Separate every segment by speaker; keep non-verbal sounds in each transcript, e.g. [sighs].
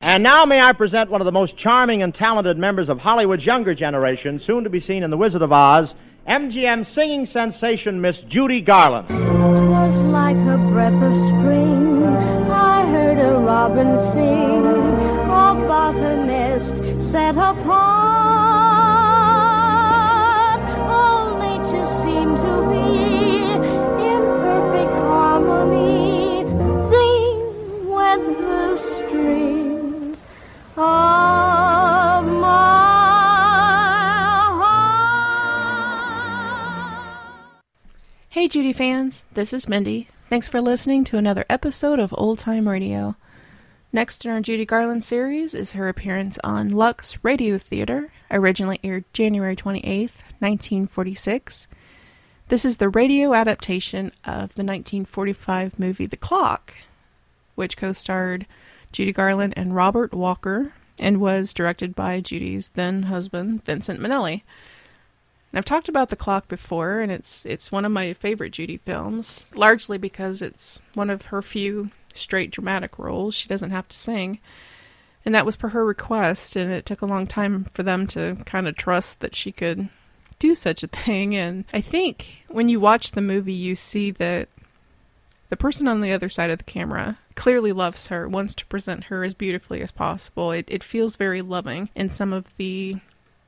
Speaker 1: And now may I present one of the most charming and talented members of Hollywood's younger generation, soon to be seen in The Wizard of Oz, MGM singing sensation Miss Judy Garland.
Speaker 2: Twas like a breath of spring. I heard a robin sing about her nest set apart. All nature seemed to be in perfect harmony. Sing with the strings of my heart.
Speaker 3: Hey, Judy fans, this is Mindy. Thanks for listening to another episode of Old Time Radio. Next in our Judy Garland series is her appearance on Lux Radio Theater, originally aired January 28th, 1946. This is the radio adaptation of the 1945 movie The Clock, which co starred Judy Garland and Robert Walker and was directed by Judy's then husband, Vincent Minnelli. And I've talked about The Clock before, and it's it's one of my favorite Judy films, largely because it's one of her few straight dramatic roles. She doesn't have to sing. And that was per her request, and it took a long time for them to kind of trust that she could do such a thing. And I think when you watch the movie, you see that the person on the other side of the camera clearly loves her, wants to present her as beautifully as possible. It, it feels very loving in some of the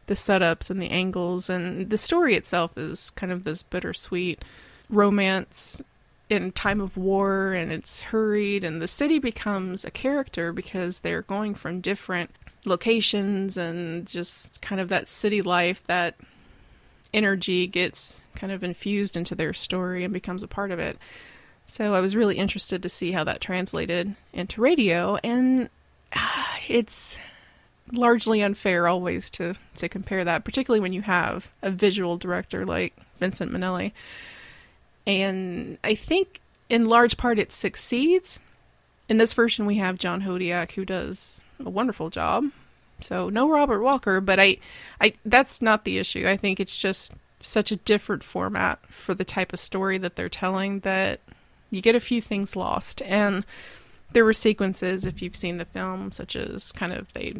Speaker 3: the setups and the angles and the story itself is kind of this bittersweet romance in time of war and it's hurried and the city becomes a character because they're going from different locations and just kind of that city life that energy gets kind of infused into their story and becomes a part of it so i was really interested to see how that translated into radio and ah, it's largely unfair always to to compare that, particularly when you have a visual director like Vincent Minnelli. And I think in large part it succeeds. In this version we have John Hodiak who does a wonderful job. So no Robert Walker, but I I that's not the issue. I think it's just such a different format for the type of story that they're telling that you get a few things lost and there were sequences if you've seen the film such as kind of they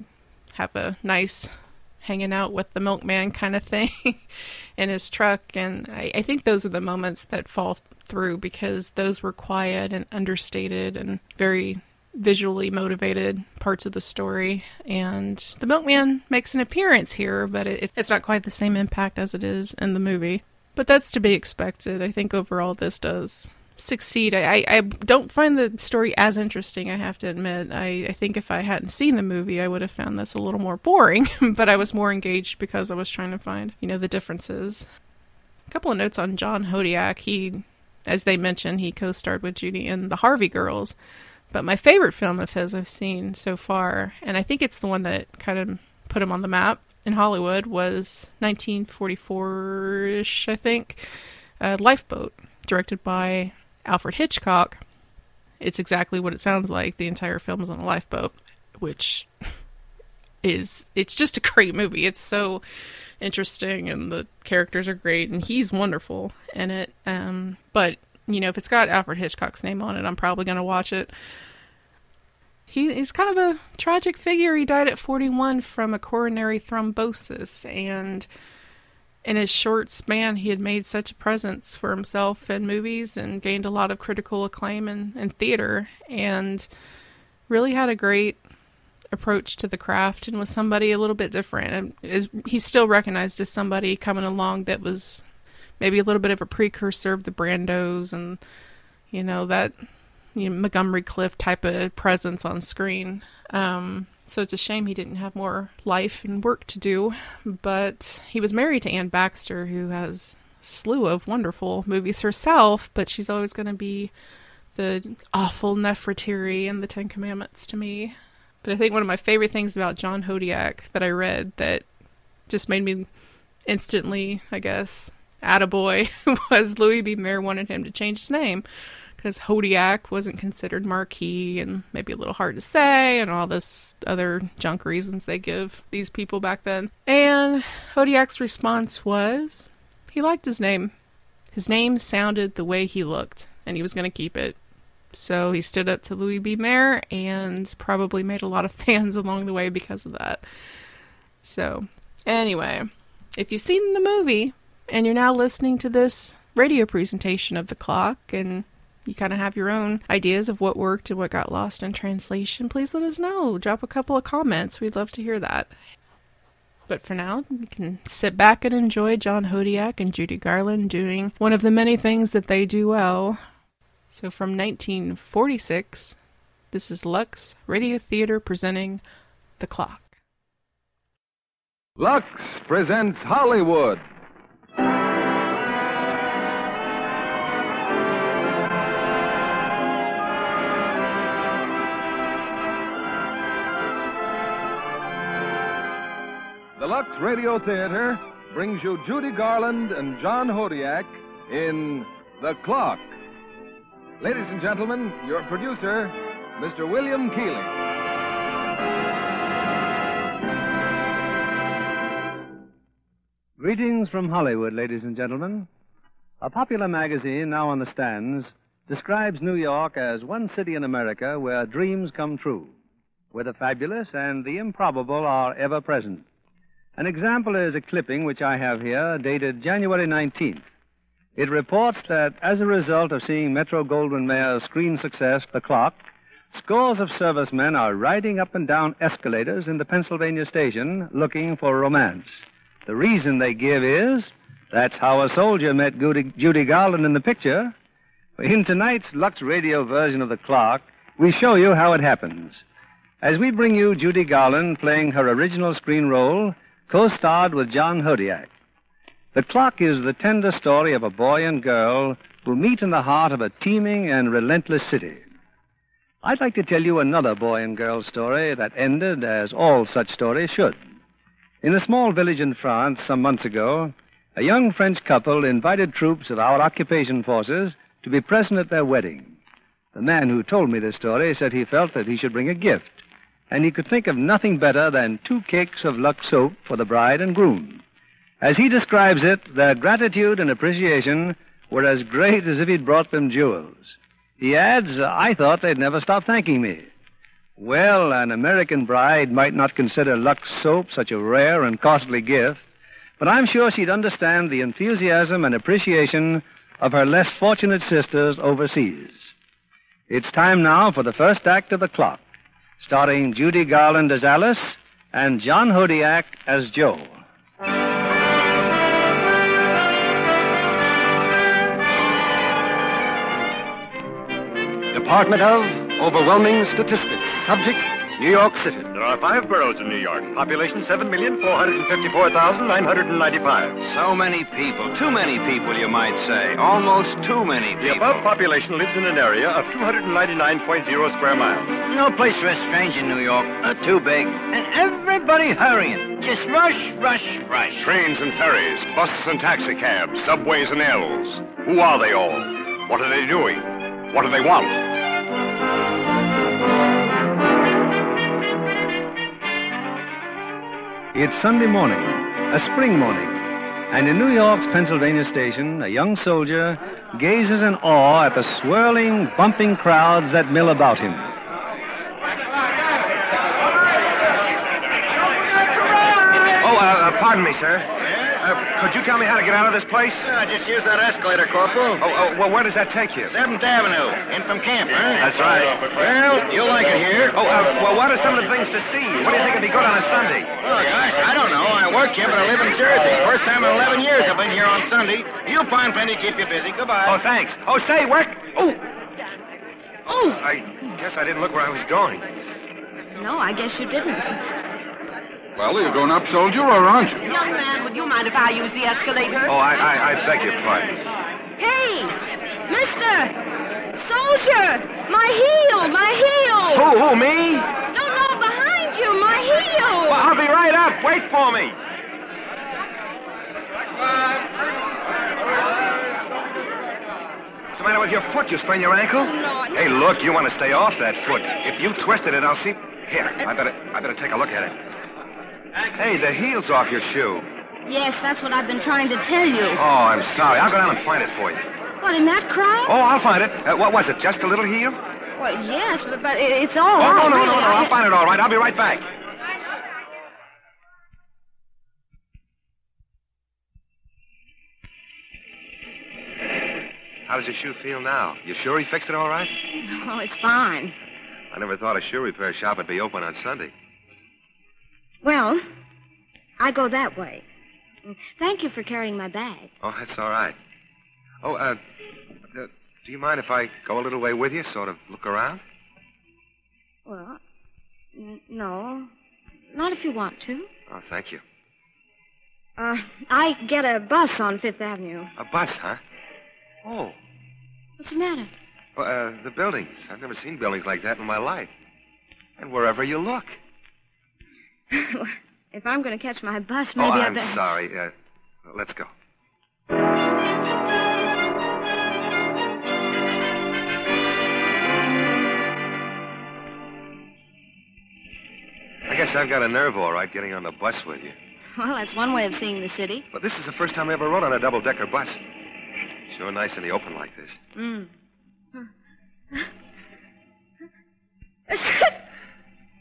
Speaker 3: have a nice hanging out with the milkman kind of thing [laughs] in his truck and I, I think those are the moments that fall through because those were quiet and understated and very visually motivated parts of the story and the milkman makes an appearance here but it, it's not quite the same impact as it is in the movie but that's to be expected i think overall this does succeed. I, I, I don't find the story as interesting, I have to admit. I, I think if I hadn't seen the movie, I would have found this a little more boring, [laughs] but I was more engaged because I was trying to find, you know, the differences. A couple of notes on John Hodiak. He, as they mentioned, he co starred with Judy in The Harvey Girls, but my favorite film of his I've seen so far, and I think it's the one that kind of put him on the map in Hollywood, was 1944 ish, I think, uh, Lifeboat, directed by Alfred Hitchcock. It's exactly what it sounds like. The entire film is on a lifeboat, which is it's just a great movie. It's so interesting and the characters are great and he's wonderful in it. Um but you know, if it's got Alfred Hitchcock's name on it, I'm probably going to watch it. He, he's kind of a tragic figure. He died at 41 from a coronary thrombosis, and in a short span, he had made such a presence for himself in movies and gained a lot of critical acclaim in, in theater and really had a great approach to the craft and was somebody a little bit different. And is, he's still recognized as somebody coming along that was maybe a little bit of a precursor of the Brandos and, you know, that you know, Montgomery Cliff type of presence on screen. Um, so it's a shame he didn't have more life and work to do. But he was married to Anne Baxter, who has a slew of wonderful movies herself, but she's always going to be the awful Nefertiti and the Ten Commandments to me. But I think one of my favorite things about John Hodiak that I read that just made me instantly, I guess, attaboy [laughs] was Louis B. Mayer wanted him to change his name because Hodiak wasn't considered marquee and maybe a little hard to say and all this other junk reasons they give these people back then. And Hodiak's response was he liked his name. His name sounded the way he looked, and he was going to keep it. So he stood up to Louis B. Mayer and probably made a lot of [laughs] fans along the way because of that. So, anyway, if you've seen the movie and you're now listening to this radio presentation of the clock and you kind of have your own ideas of what worked and what got lost in translation, please let us know. Drop a couple of comments. We'd love to hear that. But for now, you can sit back and enjoy John Hodiak and Judy Garland doing one of the many things that they do well. So from 1946, this is Lux Radio Theater presenting The Clock.
Speaker 4: Lux presents Hollywood. The Lux Radio Theater brings you Judy Garland and John Hodiak in The Clock. Ladies and gentlemen, your producer, Mr. William Keeling.
Speaker 5: Greetings from Hollywood, ladies and gentlemen. A popular magazine now on the stands describes New York as one city in America where dreams come true, where the fabulous and the improbable are ever present. An example is a clipping which I have here dated January 19th. It reports that as a result of seeing Metro Goldwyn Mayer's screen success, The Clock, scores of servicemen are riding up and down escalators in the Pennsylvania station looking for romance. The reason they give is that's how a soldier met Goody- Judy Garland in the picture. In tonight's Lux Radio version of The Clock, we show you how it happens. As we bring you Judy Garland playing her original screen role, co starred with John Hodiak. The Clock is the tender story of a boy and girl who meet in the heart of a teeming and relentless city. I'd like to tell you another boy and girl story that ended as all such stories should. In a small village in France some months ago, a young French couple invited troops of our occupation forces to be present at their wedding. The man who told me this story said he felt that he should bring a gift, and he could think of nothing better than two cakes of Lux soap for the bride and groom. As he describes it, their gratitude and appreciation were as great as if he'd brought them jewels. He adds, I thought they'd never stop thanking me. Well, an American bride might not consider Lux soap such a rare and costly gift, but I'm sure she'd understand the enthusiasm and appreciation of her less fortunate sisters overseas. It's time now for the first act of The Clock, starring Judy Garland as Alice and John Hodiak as Joe.
Speaker 6: Department of Overwhelming Statistics. Subject, New York City.
Speaker 7: There are five boroughs in New York.
Speaker 6: Population 7,454,995.
Speaker 8: So many people, too many people, you might say. Almost too many
Speaker 7: The
Speaker 8: people.
Speaker 7: above population lives in an area of 299.0 square miles.
Speaker 8: No place for a stranger in New York. Uh, too big. And everybody hurrying. Just rush, rush, rush.
Speaker 7: Trains and ferries, buses and taxicabs, subways and L's. Who are they all? What are they doing? What do they want?
Speaker 5: It's Sunday morning, a spring morning, and in New York's Pennsylvania station, a young soldier gazes in awe at the swirling, bumping crowds that mill about him.
Speaker 6: Oh, uh, uh, pardon me, sir. Uh, could you tell me how to get out of this place?
Speaker 9: I just use that escalator, Corporal.
Speaker 6: Oh, oh, well, where does that take you?
Speaker 9: Seventh Avenue, in from camp, huh?
Speaker 6: That's right.
Speaker 9: Well, you'll like it here.
Speaker 6: Oh, uh, well, what are some of the things to see? What do you think would be good on a Sunday?
Speaker 9: Look, I, I don't know. I work here, but I live in Jersey. First time in 11 years I've been here on Sunday. You'll find plenty to keep you busy.
Speaker 6: Oh,
Speaker 9: Goodbye.
Speaker 6: thanks. Oh, say, where? Oh! Oh! I guess I didn't look where I was going.
Speaker 10: No, I guess you didn't.
Speaker 4: Well, are you going up, soldier, or aren't you?
Speaker 10: Young man, would you mind if I use the escalator?
Speaker 6: Oh, I, I, I beg your pardon.
Speaker 10: Hey, mister! Soldier! My heel! My heel!
Speaker 6: Who, who, me?
Speaker 10: No, no, behind you! My heel!
Speaker 6: Well, I'll be right up. Wait for me. What's the matter with your foot? You sprain your ankle?
Speaker 10: Lord.
Speaker 6: Hey, look, you want to stay off that foot. If you twisted it, I'll see. Here, I better, I better take a look at it. Hey, the heel's off your shoe.
Speaker 10: Yes, that's what I've been trying to tell you.
Speaker 6: Oh, I'm sorry. I'll go down and find it for you.
Speaker 10: What, in that crowd?
Speaker 6: Oh, I'll find it. Uh, what was it? Just a little heel?
Speaker 10: Well, yes, but, but it- it's all
Speaker 6: oh, no,
Speaker 10: out,
Speaker 6: no, no,
Speaker 10: really.
Speaker 6: no, no.
Speaker 10: I- [laughs]
Speaker 6: I'll find it all right. I'll be right back. How does your shoe feel now? You sure he fixed it all right?
Speaker 10: Oh, it's fine.
Speaker 6: I never thought a shoe repair shop would be open on Sunday.
Speaker 10: Well, I go that way. Thank you for carrying my bag.
Speaker 6: Oh, that's all right. Oh, uh, uh, do you mind if I go a little way with you, sort of look around?
Speaker 10: Well, n- no, not if you want to.
Speaker 6: Oh, thank you.
Speaker 10: Uh, I get a bus on Fifth Avenue.
Speaker 6: A bus, huh? Oh.
Speaker 10: What's the matter?
Speaker 6: Well, uh, the buildings. I've never seen buildings like that in my life. And wherever you look.
Speaker 10: if I'm going to catch my bus,
Speaker 6: oh,
Speaker 10: maybe I
Speaker 6: I'm
Speaker 10: better.
Speaker 6: sorry. Uh, let's go. I guess I've got a nerve, all right, getting on the bus with you.
Speaker 10: [laughs] Well, that's one way of seeing the city.
Speaker 6: But this is the first time I ever rode on a double-decker bus. Sure nice in the open like this.
Speaker 10: Mm. [laughs]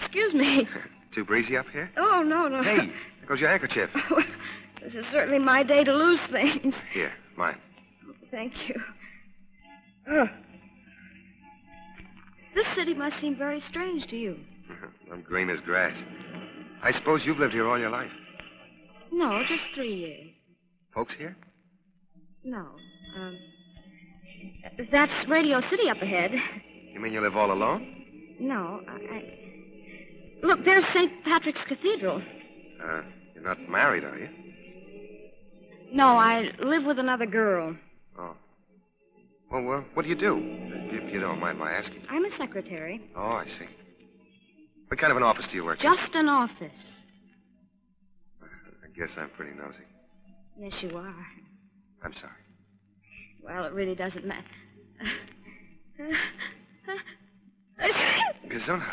Speaker 10: Excuse me. [laughs]
Speaker 6: Too breezy up here?
Speaker 10: Oh, no, no.
Speaker 6: Hey, there goes your
Speaker 10: [laughs]
Speaker 6: handkerchief.
Speaker 10: This is certainly my day to lose things. [laughs]
Speaker 6: Here, mine.
Speaker 10: Thank you. Ugh. This city must seem very strange to you.
Speaker 6: I'm green as grass. I suppose you've lived here all your life.
Speaker 10: No, just three years.
Speaker 6: Folks here?
Speaker 10: No. Um, that's Radio City up ahead.
Speaker 6: You mean you live all alone?
Speaker 10: No, I, I... Look, there's St. Patrick's Cathedral.
Speaker 6: Uh, you're not married, are you?
Speaker 10: No, I live with another girl.
Speaker 6: Oh. Well, well, what do you do? If you don't mind my asking.
Speaker 10: I'm a secretary.
Speaker 6: Oh, I see. What kind of an office do you work
Speaker 10: Just an office.
Speaker 6: in? I guess I'm pretty nosy.
Speaker 10: Yes, you are.
Speaker 6: I'm sorry.
Speaker 10: Well, it really doesn't matter.
Speaker 6: Gesundheit.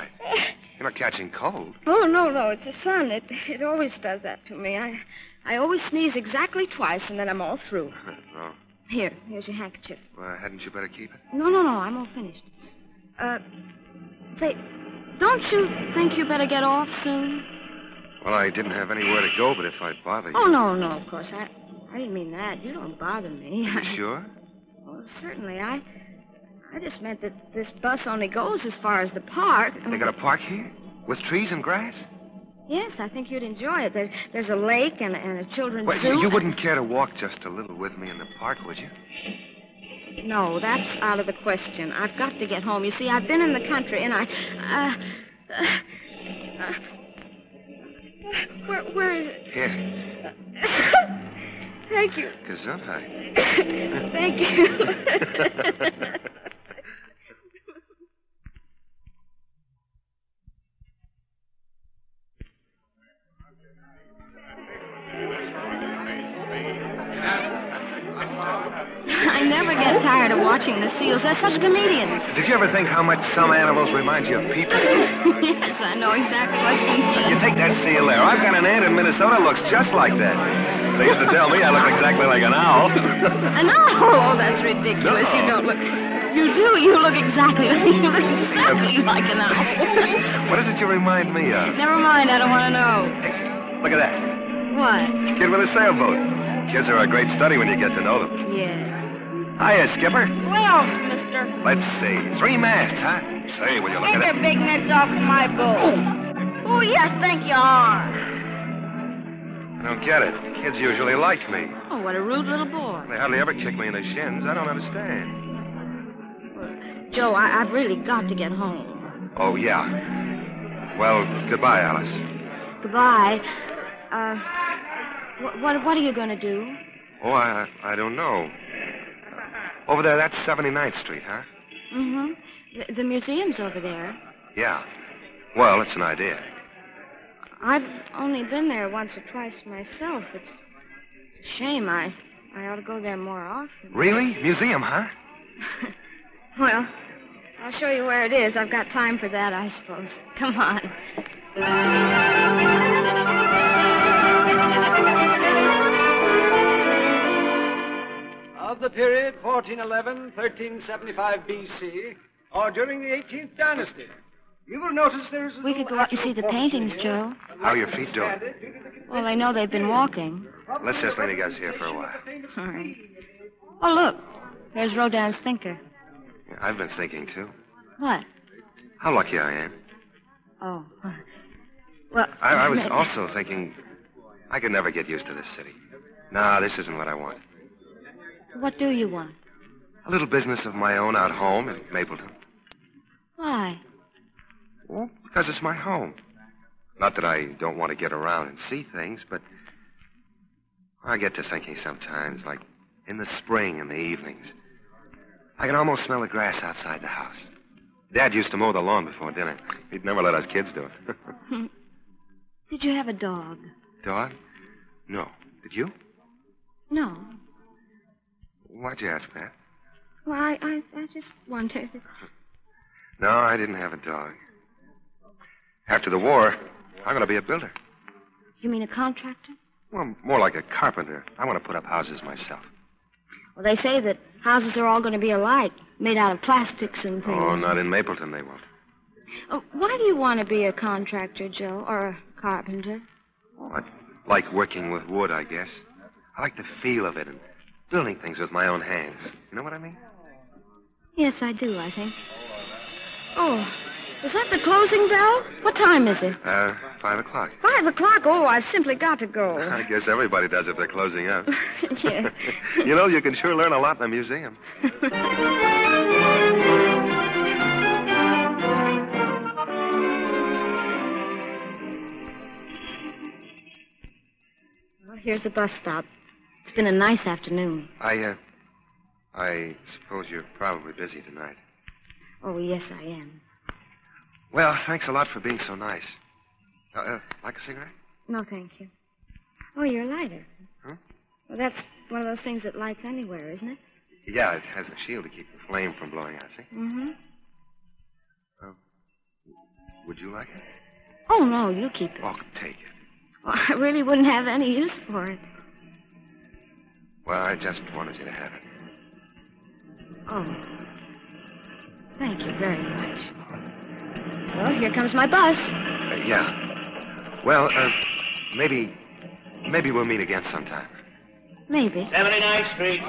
Speaker 6: You're not catching cold.
Speaker 10: Oh, no, no, it's the sun. It, it always does that to me. I, I always sneeze exactly twice, and then I'm all through.
Speaker 6: [laughs] oh,
Speaker 10: Here, here's your handkerchief.
Speaker 6: well, hadn't you better keep it?
Speaker 10: No, no, no, I'm all finished. Uh, say, don't you think you better get off soon?
Speaker 6: Well, I didn't have anywhere to go, but if I bother you.
Speaker 10: Oh, no, no, of course. I, I didn't mean that. You don't bother me. [laughs]
Speaker 6: You sure?
Speaker 10: Well, certainly, I... I just meant that this bus only goes as far as the park.
Speaker 6: They got a park here? With trees and grass?
Speaker 10: Yes, I think you'd enjoy it. There's, there's a lake and, a- and a children's
Speaker 6: Well,
Speaker 10: zoo.
Speaker 6: you, you wouldn't care to walk just a little with me in the park, would you?
Speaker 10: No, that's out of the question. I've got to get home. You see, I've been in the country, and I. Uh, uh, uh, [laughs] where, where is it?
Speaker 6: Here,
Speaker 10: [laughs] Thank you.
Speaker 6: Gesundheit.
Speaker 10: [laughs] Thank you. I never get tired of watching the seals. They're such comedians.
Speaker 6: [laughs]
Speaker 10: [laughs]
Speaker 6: Did you ever think how much some animals remind you of people?
Speaker 10: yes, I know exactly what you mean.
Speaker 6: You take that seal there. I've got an aunt in Minnesota looks just like that. They used to tell me I look exactly like an owl. [laughs]
Speaker 10: An owl? Oh, that's ridiculous.
Speaker 6: No.
Speaker 10: You don't look. You do. You look exactly. [laughs] You look exactly like an owl.
Speaker 6: what is it you remind me of?
Speaker 10: Never mind. I don't want to know.
Speaker 6: Look at that.
Speaker 10: Oh, What?
Speaker 6: Kid with a sailboat. Kids are a great study when you get to know them.
Speaker 10: Yeah.
Speaker 6: Hiya, Skipper.
Speaker 10: Well, mister,
Speaker 6: Let's see. Three masts, huh? Say, will you look
Speaker 10: take
Speaker 6: at
Speaker 10: your
Speaker 6: it?
Speaker 10: big nets off my boat. Who you think you are?
Speaker 6: I don't get it. Kids usually like me.
Speaker 10: Oh, what a rude little boy. [laughs]
Speaker 6: They hardly ever kick me in the shins. I don't understand.
Speaker 10: Joe, I, I've really got to get home.
Speaker 6: Oh, yeah. Well, goodbye, Alice.
Speaker 10: Goodbye. Uh, wh- what, what are you going to do?
Speaker 6: Oh, I, I don't know. Over there, that's 79th Street, huh?
Speaker 10: Mm-hmm. The, the museum's over there.
Speaker 6: Yeah. Well, it's an idea.
Speaker 10: I've only been there once or twice myself. It's, it's a shame. I, I ought to go there more often.
Speaker 6: Really? Museum, huh?
Speaker 10: Well, I'll show you where it is. I've got time for that, I suppose. Come on.
Speaker 11: Of the period 1411 1375 BC, or during the 18th dynasty. You will notice there's a
Speaker 10: We could go out and see the paintings, Joe.
Speaker 6: How are your feet doing?
Speaker 10: Well, I know they've been walking.
Speaker 6: Let's just let you guys here for a while.
Speaker 10: All right. Oh, look. There's Rodin's thinker.
Speaker 6: Yeah, I've been thinking, too.
Speaker 10: What?
Speaker 6: How lucky I am.
Speaker 10: Oh. Well,
Speaker 6: I, I was
Speaker 10: maybe-
Speaker 6: also thinking I could never get used to this city. Nah, this isn't what I want.
Speaker 10: What do you want?
Speaker 6: A little business of my own out home in Mapleton.
Speaker 10: Why?
Speaker 6: Well, because it's my home. Not that I don't want to get around and see things, but I get to thinking sometimes, like in the spring in the evenings. I can almost smell the grass outside the house. Dad used to mow the lawn before dinner. He'd never let us kids do it. [laughs]
Speaker 10: Did you have a dog?
Speaker 6: Dog? No. Did you?
Speaker 10: No.
Speaker 6: Why'd you ask that?
Speaker 10: Well, I, I, I just wondered.
Speaker 6: No, I didn't have a dog. After the war, I'm going to be a builder.
Speaker 10: You mean a contractor?
Speaker 6: Well, more like a carpenter. I want to put up houses myself.
Speaker 10: Well, they say that houses are all going to be alike, made out of plastics and things.
Speaker 6: Oh, not in Mapleton, they won't.
Speaker 10: Oh, why do you want to be a contractor, Joe, or a carpenter?
Speaker 6: I like working with wood, I guess. I like the feel of it and building things with my own hands. You know what I mean?
Speaker 10: Yes, I do, I think. Oh, is that the closing bell? What time is it?
Speaker 6: Uh, five o'clock.
Speaker 10: Five o'clock. Oh, I've simply got to go.
Speaker 6: I guess everybody does if they're closing up.
Speaker 10: [laughs] yes.
Speaker 6: you know, you can sure learn a lot in a museum.
Speaker 10: Well, here's the bus stop. It's been a nice afternoon.
Speaker 6: I, uh, I suppose you're probably busy tonight.
Speaker 10: Oh, yes, I am.
Speaker 6: Well, thanks a lot for being so nice. Uh, uh, like a cigarette?
Speaker 10: No, thank you. Oh, you're a lighter.
Speaker 6: Huh?
Speaker 10: Well, that's one of those things that lights anywhere, isn't it?
Speaker 6: Yeah, it has a shield to keep the flame from blowing out, see?
Speaker 10: Mm-hmm.
Speaker 6: Would you like it?
Speaker 10: Oh, no, you keep it. [laughs]
Speaker 6: Oh, take it.
Speaker 10: Well, I really wouldn't have any use for it.
Speaker 6: Well, I just wanted you to have it.
Speaker 10: Oh. Thank you very much. Well, here comes my bus.
Speaker 6: Uh, yeah. Well, uh, maybe, maybe we'll meet again sometime.
Speaker 10: Maybe.
Speaker 12: 79th Street.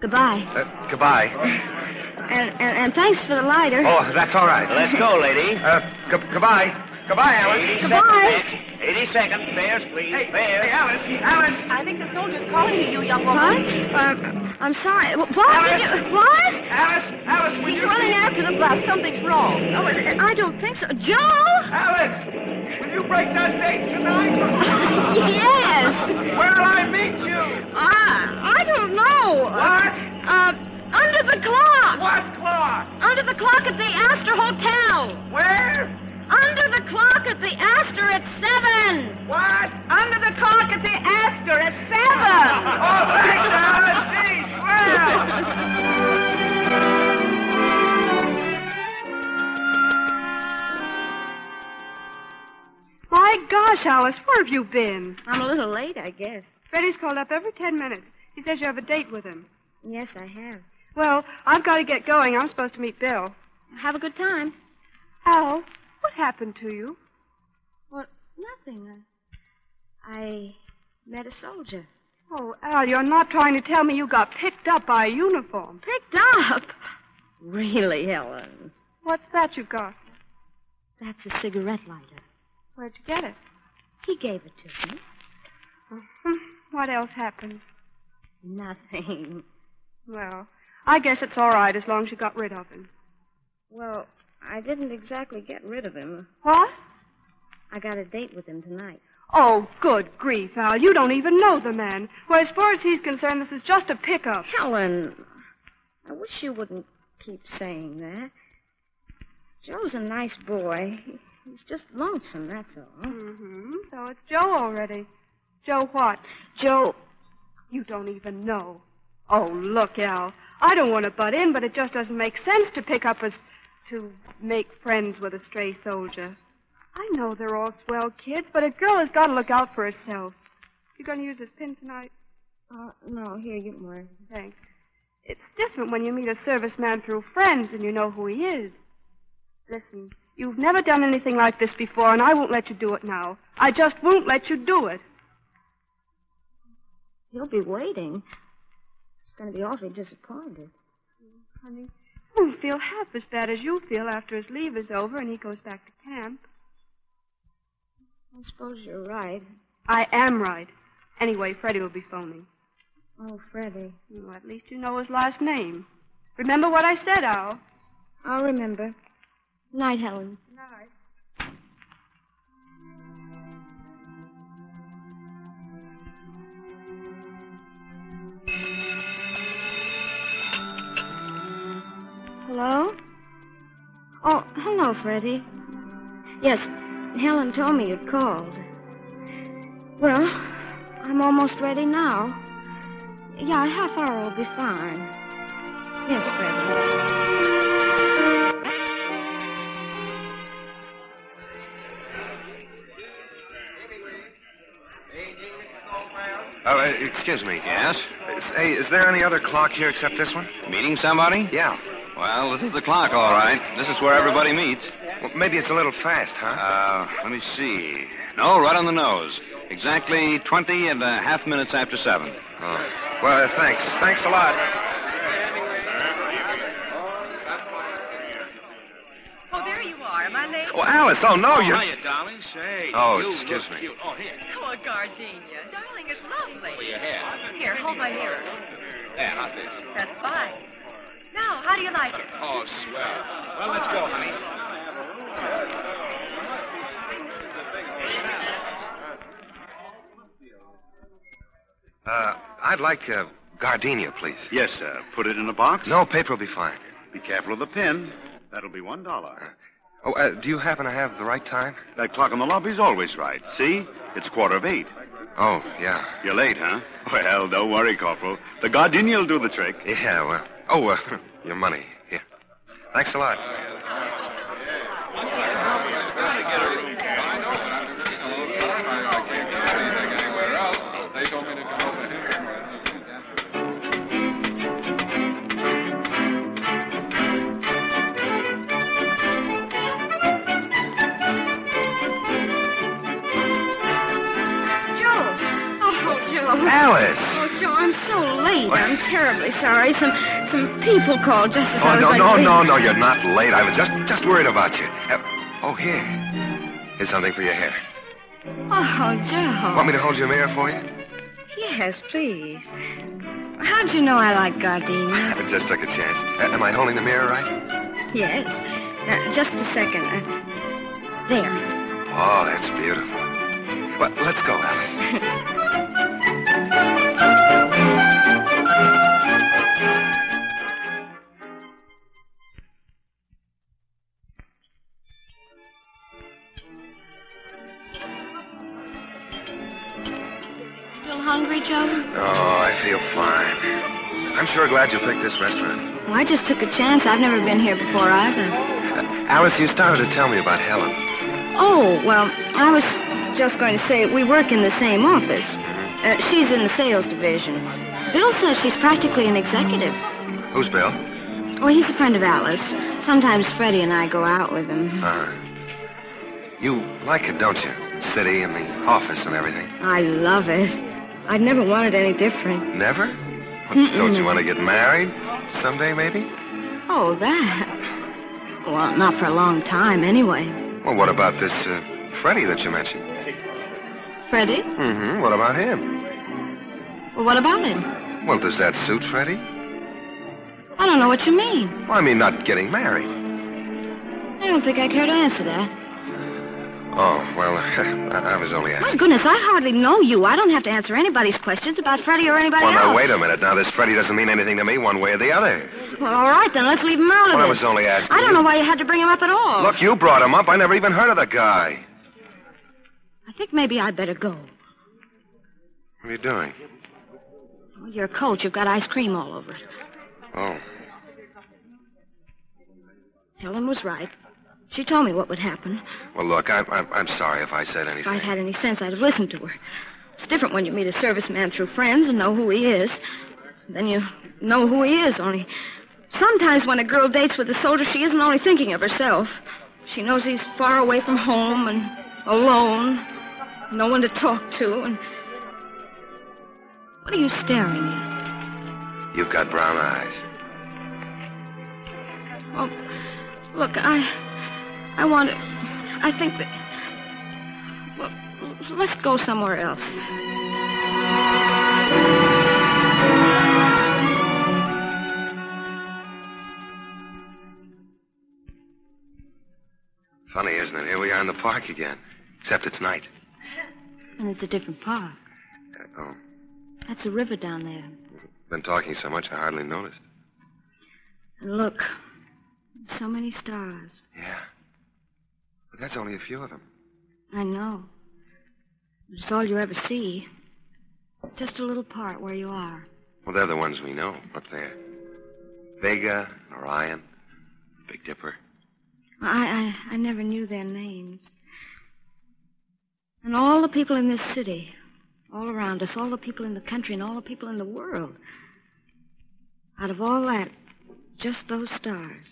Speaker 10: Goodbye.
Speaker 6: Uh, goodbye.
Speaker 10: And, and, and thanks for the lighter.
Speaker 6: Oh, that's all right.
Speaker 12: Let's go, lady.
Speaker 6: Uh, gu- goodbye. Goodbye, Alice.
Speaker 12: 80 seconds. 80 seconds. Fares, please. Hey,
Speaker 6: hey, Alice.
Speaker 12: Alice.
Speaker 10: I think the soldier's
Speaker 12: calling you, you young woman.
Speaker 10: What? Uh, I'm sorry. Wh- What?
Speaker 12: Alice!
Speaker 10: Did you- What?
Speaker 12: Alice, Alice, will
Speaker 10: He's
Speaker 12: you-
Speaker 10: running after the bus. Something's wrong. Oh, I I don't think so. Joe?
Speaker 12: Alice, will you break that date tonight?
Speaker 10: [laughs] Yes.
Speaker 12: Where'll I meet you?
Speaker 10: Ah, I don't know.
Speaker 12: What?
Speaker 10: Uh, under the clock.
Speaker 12: What clock?
Speaker 10: Under the clock at the Astor Hotel.
Speaker 12: Where?
Speaker 10: Under the clock at the Astor at seven.
Speaker 12: What?
Speaker 10: Under the clock at the Astor at seven.
Speaker 12: [laughs] Oh, thanks, Alice. Gee,
Speaker 10: [laughs]
Speaker 12: swell.
Speaker 13: My gosh, Alice, where have you been?
Speaker 10: I'm a little late, I guess.
Speaker 13: Freddie's called up every ten minutes. He says you have a date with him.
Speaker 10: Yes, I have.
Speaker 13: Well, I've got to get going. I'm supposed to meet Bill.
Speaker 10: Have a good time.
Speaker 13: Al, what happened to you?
Speaker 10: Well, nothing. I, I met a soldier.
Speaker 13: Oh, Al, you're not trying to tell me you got picked up by a uniform.
Speaker 10: Picked up? Really, Helen?
Speaker 13: What's that you got?
Speaker 10: That's a cigarette lighter.
Speaker 13: Where'd you get it?
Speaker 10: He gave it to me.
Speaker 13: Mm-hmm. What else happened?
Speaker 10: Nothing.
Speaker 13: Well, I guess it's all right as long as you got rid of him.
Speaker 10: Well, I didn't exactly get rid of him.
Speaker 13: What?
Speaker 10: I got a date with him tonight.
Speaker 13: Oh, good grief, Al. You don't even know the man. Well, as far as he's concerned, this is just a pickup.
Speaker 10: Helen. I wish you wouldn't keep saying that. Joe's a nice boy. He- He's just lonesome, that's all.
Speaker 13: Mm-hmm. So it's Joe already. Joe what?
Speaker 10: Joe.
Speaker 13: You don't even know. Oh, look, Al. I don't want to butt in, but it just doesn't make sense to pick up a... to make friends with a stray Oh, soldier. I know they're all swell kids, but a girl has got to look out for herself. You going to use this pin tonight?
Speaker 10: Uh, no, here, get mine.
Speaker 13: Thanks. It's different when you meet a serviceman through friends and you know who he is. Listen, you've never done anything like this before, and I won't let you do it now. I just won't let you do it.
Speaker 10: He'll be waiting. He's going to be awfully disappointed.
Speaker 13: Honey, I won't feel half as bad as you feel after his leave is over and he goes back to camp.
Speaker 10: I suppose you're right.
Speaker 13: I am right. Anyway, Freddie will be phoning.
Speaker 10: Oh, Freddie.
Speaker 13: Well, at least you know his last name. Remember what I said, Al?
Speaker 10: I'll remember. Night, Helen.
Speaker 13: Night.
Speaker 10: Hello? Oh, hello, Freddie. Yes, Helen told me you'd called. Well, I'm almost ready now. Yeah, a half hour will be fine. Yes, Freddie.
Speaker 6: Oh, uh, excuse me. Yes? Hey, is there any other clock here except this one?
Speaker 8: Meeting somebody?
Speaker 6: Yeah.
Speaker 8: Well, this is the clock, all right. This is where everybody meets.
Speaker 6: Well, maybe it's a little fast, huh?
Speaker 8: Uh, let me see. No, right on the nose. Exactly 20 and a half minutes after 7.
Speaker 6: Oh. Well, uh, thanks. Thanks a lot.
Speaker 14: Oh, there you are. Am I late?
Speaker 6: Oh, Alice, oh, no, you-
Speaker 14: Hiya, darling. Say.
Speaker 6: Oh,
Speaker 14: you
Speaker 6: excuse
Speaker 14: look
Speaker 6: me.
Speaker 14: cute. Oh, here. Oh, a gardenia. Darling, it's lovely. Well, your hair. Here, hold my hair. There, how's this? That's fine. Now, how do you like it? Oh, swell. Well, let's go, honey.
Speaker 6: Uh, I'd like uh, gardenia, please.
Speaker 15: Yes, sir. Put it in a box.
Speaker 6: No, paper will be fine.
Speaker 15: Be careful of the pin. That'll be one dollar.
Speaker 6: Oh, uh, do you happen to have the right time?
Speaker 15: That clock in the lobby's always right. See? It's a quarter of eight.
Speaker 6: Oh, yeah.
Speaker 15: You're late, huh? Well, don't worry, Corporal. The gardenia'll do the trick.
Speaker 6: Yeah, well. Oh, uh, [laughs] your money. Here. Thanks a lot.
Speaker 10: Joe! Oh, Joe.
Speaker 6: Alice.
Speaker 10: Oh, Joe, I'm so late.
Speaker 6: What?
Speaker 10: I'm terribly sorry. Some some people called just as
Speaker 6: [laughs]
Speaker 10: I
Speaker 6: Oh,
Speaker 10: was
Speaker 6: no,
Speaker 10: like
Speaker 6: no,
Speaker 10: leaving.
Speaker 6: no, no, you're not late. I was just just worried about you. Uh, oh, here. Here's something for your hair.
Speaker 10: Oh, Joe.
Speaker 6: Want me to hold your mirror for you?
Speaker 10: Yes, please. How'd you know I like gardenias?
Speaker 6: I just took a chance. Uh, am I holding the mirror right?
Speaker 10: Yes. Now, just a second. Uh, there.
Speaker 6: Oh, that's beautiful. Well, let's go, Alice.
Speaker 10: Still hungry, Joe?
Speaker 6: Oh, I feel fine. I'm sure glad you picked this restaurant.
Speaker 10: Well, I just took a chance. I've never been here before either.
Speaker 6: Alice, you started to tell me about Helen.
Speaker 10: Oh, well, I was just going to say we work in the same office. Uh, she's in the sales division. Bill says she's practically an executive.
Speaker 6: Who's Bill?
Speaker 10: Well, he's a friend of Alice. Sometimes Freddie and I go out with him.
Speaker 6: Uh, you like it, don't you? City and the office and everything.
Speaker 10: I love it. I'd never wanted any different.
Speaker 6: Never? Don't you want to get married someday, maybe?
Speaker 10: Oh, that. Well, not for a long time, anyway.
Speaker 6: Well, what about this uh, Freddie that you mentioned?
Speaker 10: Freddie?
Speaker 6: Mm-hmm. What about him?
Speaker 10: Well, what about it?
Speaker 6: Well, does that suit Freddie?
Speaker 10: I don't know what you mean.
Speaker 6: Well, I mean, not getting married.
Speaker 10: I don't think I care to answer that.
Speaker 6: Oh, well, [laughs] I I was only
Speaker 10: My
Speaker 6: asking.
Speaker 10: goodness, I hardly know you. I don't have to answer anybody's questions about Freddie or anybody
Speaker 6: Well, now,
Speaker 10: else.
Speaker 6: wait a minute. Now, this Freddie doesn't mean anything to me one way or the other.
Speaker 10: Well, all right, then. Let's leave him out of
Speaker 6: Well, I
Speaker 10: it.
Speaker 6: was only asking.
Speaker 10: I don't know why you had to bring him up at all.
Speaker 6: Look, you brought him up. I never even heard of the guy.
Speaker 10: I think maybe I'd better go.
Speaker 6: What are you doing?
Speaker 10: Well, Your coat, you've got ice cream all over it.
Speaker 6: Oh.
Speaker 10: Helen was right. She told me what would happen.
Speaker 6: Well, look, I, I, I'm sorry if I said
Speaker 10: If
Speaker 6: anything.
Speaker 10: I'd had any sense, I'd have listened to her. It's different when you meet a serviceman through friends and know who he is. Then you know who he is, only sometimes when a girl dates with a soldier, she isn't only thinking of herself. She knows he's far away from home and alone, no one to talk to, and. What are you staring at?
Speaker 6: You've got brown eyes.
Speaker 10: Oh, look, I, I want to. I think that. Well, let's go somewhere else.
Speaker 6: Funny, isn't it? Here we are in the park again. Except it's night.
Speaker 10: And it's a different park.
Speaker 6: Oh,
Speaker 10: That's a river down there.
Speaker 6: been talking so much I hardly noticed.
Speaker 10: And look, so many stars.
Speaker 6: Yeah. But that's only a few of them.
Speaker 10: I know. But it's all you ever see. Just a little part where you are.
Speaker 6: Well, they're the ones we know up there. Vega, Orion, Big Dipper.
Speaker 10: I, I, I never knew their names. And all the people in this city, all around us, all the people in the country, and all the people in the world. Out of all that, just those stars.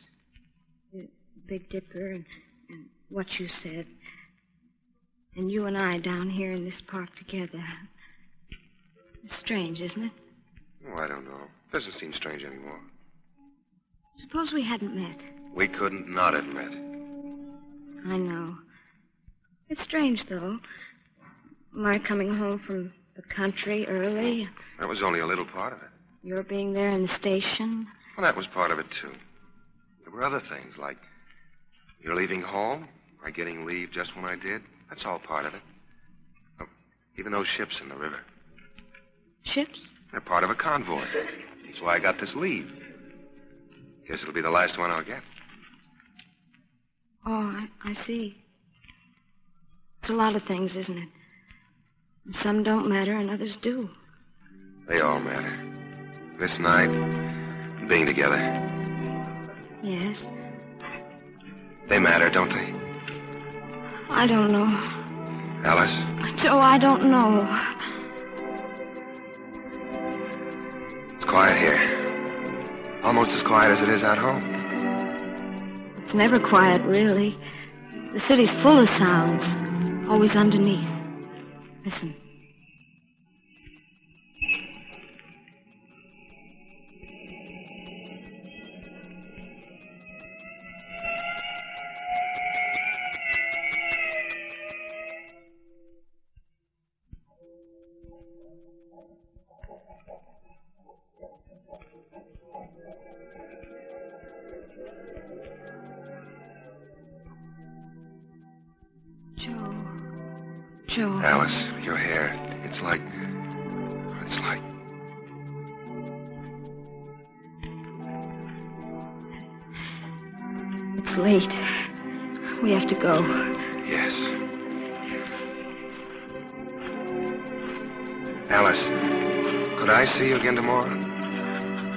Speaker 10: The Big Dipper and, and what you said. And you and I down here in this park together. It's strange, isn't it?
Speaker 6: Oh, I don't know. Doesn't seem strange anymore.
Speaker 10: Suppose we hadn't met.
Speaker 6: We couldn't not have met.
Speaker 10: I know. It's strange, though. My coming home from the country early,
Speaker 6: That was only a little part of it.
Speaker 10: your being there in the station.
Speaker 6: Well, that was part of it, too. There were other things, like you're leaving home, my getting leave just when I did. That's all part of it. Oh, even those ships in the river.
Speaker 10: Ships?
Speaker 6: They're part of a convoy. That's why I got this leave. Guess it'll be the last one I'll get.
Speaker 10: Oh, I, I see. It's a lot of things, isn't it? Some don't matter and others do.
Speaker 6: They all matter. This night, being together,
Speaker 10: Yes.
Speaker 6: they matter, don't they?
Speaker 10: I don't know.
Speaker 6: Alice,
Speaker 10: Joe, I don't know.
Speaker 6: it's quiet here. Almost as quiet as it is out home.
Speaker 10: It's never quiet, really. The city's full of sounds, always underneath. Listen. Joe. Joe.
Speaker 6: Alice, your hair, it's like. It's like.
Speaker 10: It's late. We have to go.
Speaker 6: Yes. Alice, could I see you again tomorrow?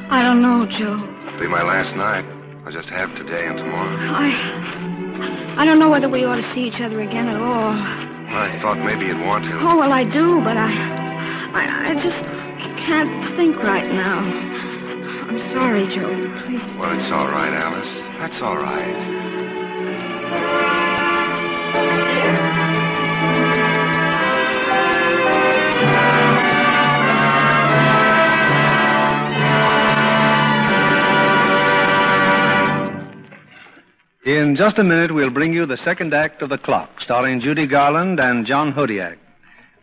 Speaker 10: I don't know, Joe.
Speaker 6: It'll be my last night. I just have today and tomorrow.
Speaker 10: I. I don't know whether we ought to see each other again at all.
Speaker 6: I thought maybe you'd want to.
Speaker 10: Oh, well, I do, but I. I, I just can't think right now. I'm sorry, Joe. Please.
Speaker 6: Well, it's all right, Alice. That's all right.
Speaker 5: In just a minute, we'll bring you the second act of The Clock, starring Judy Garland and John Hodiak.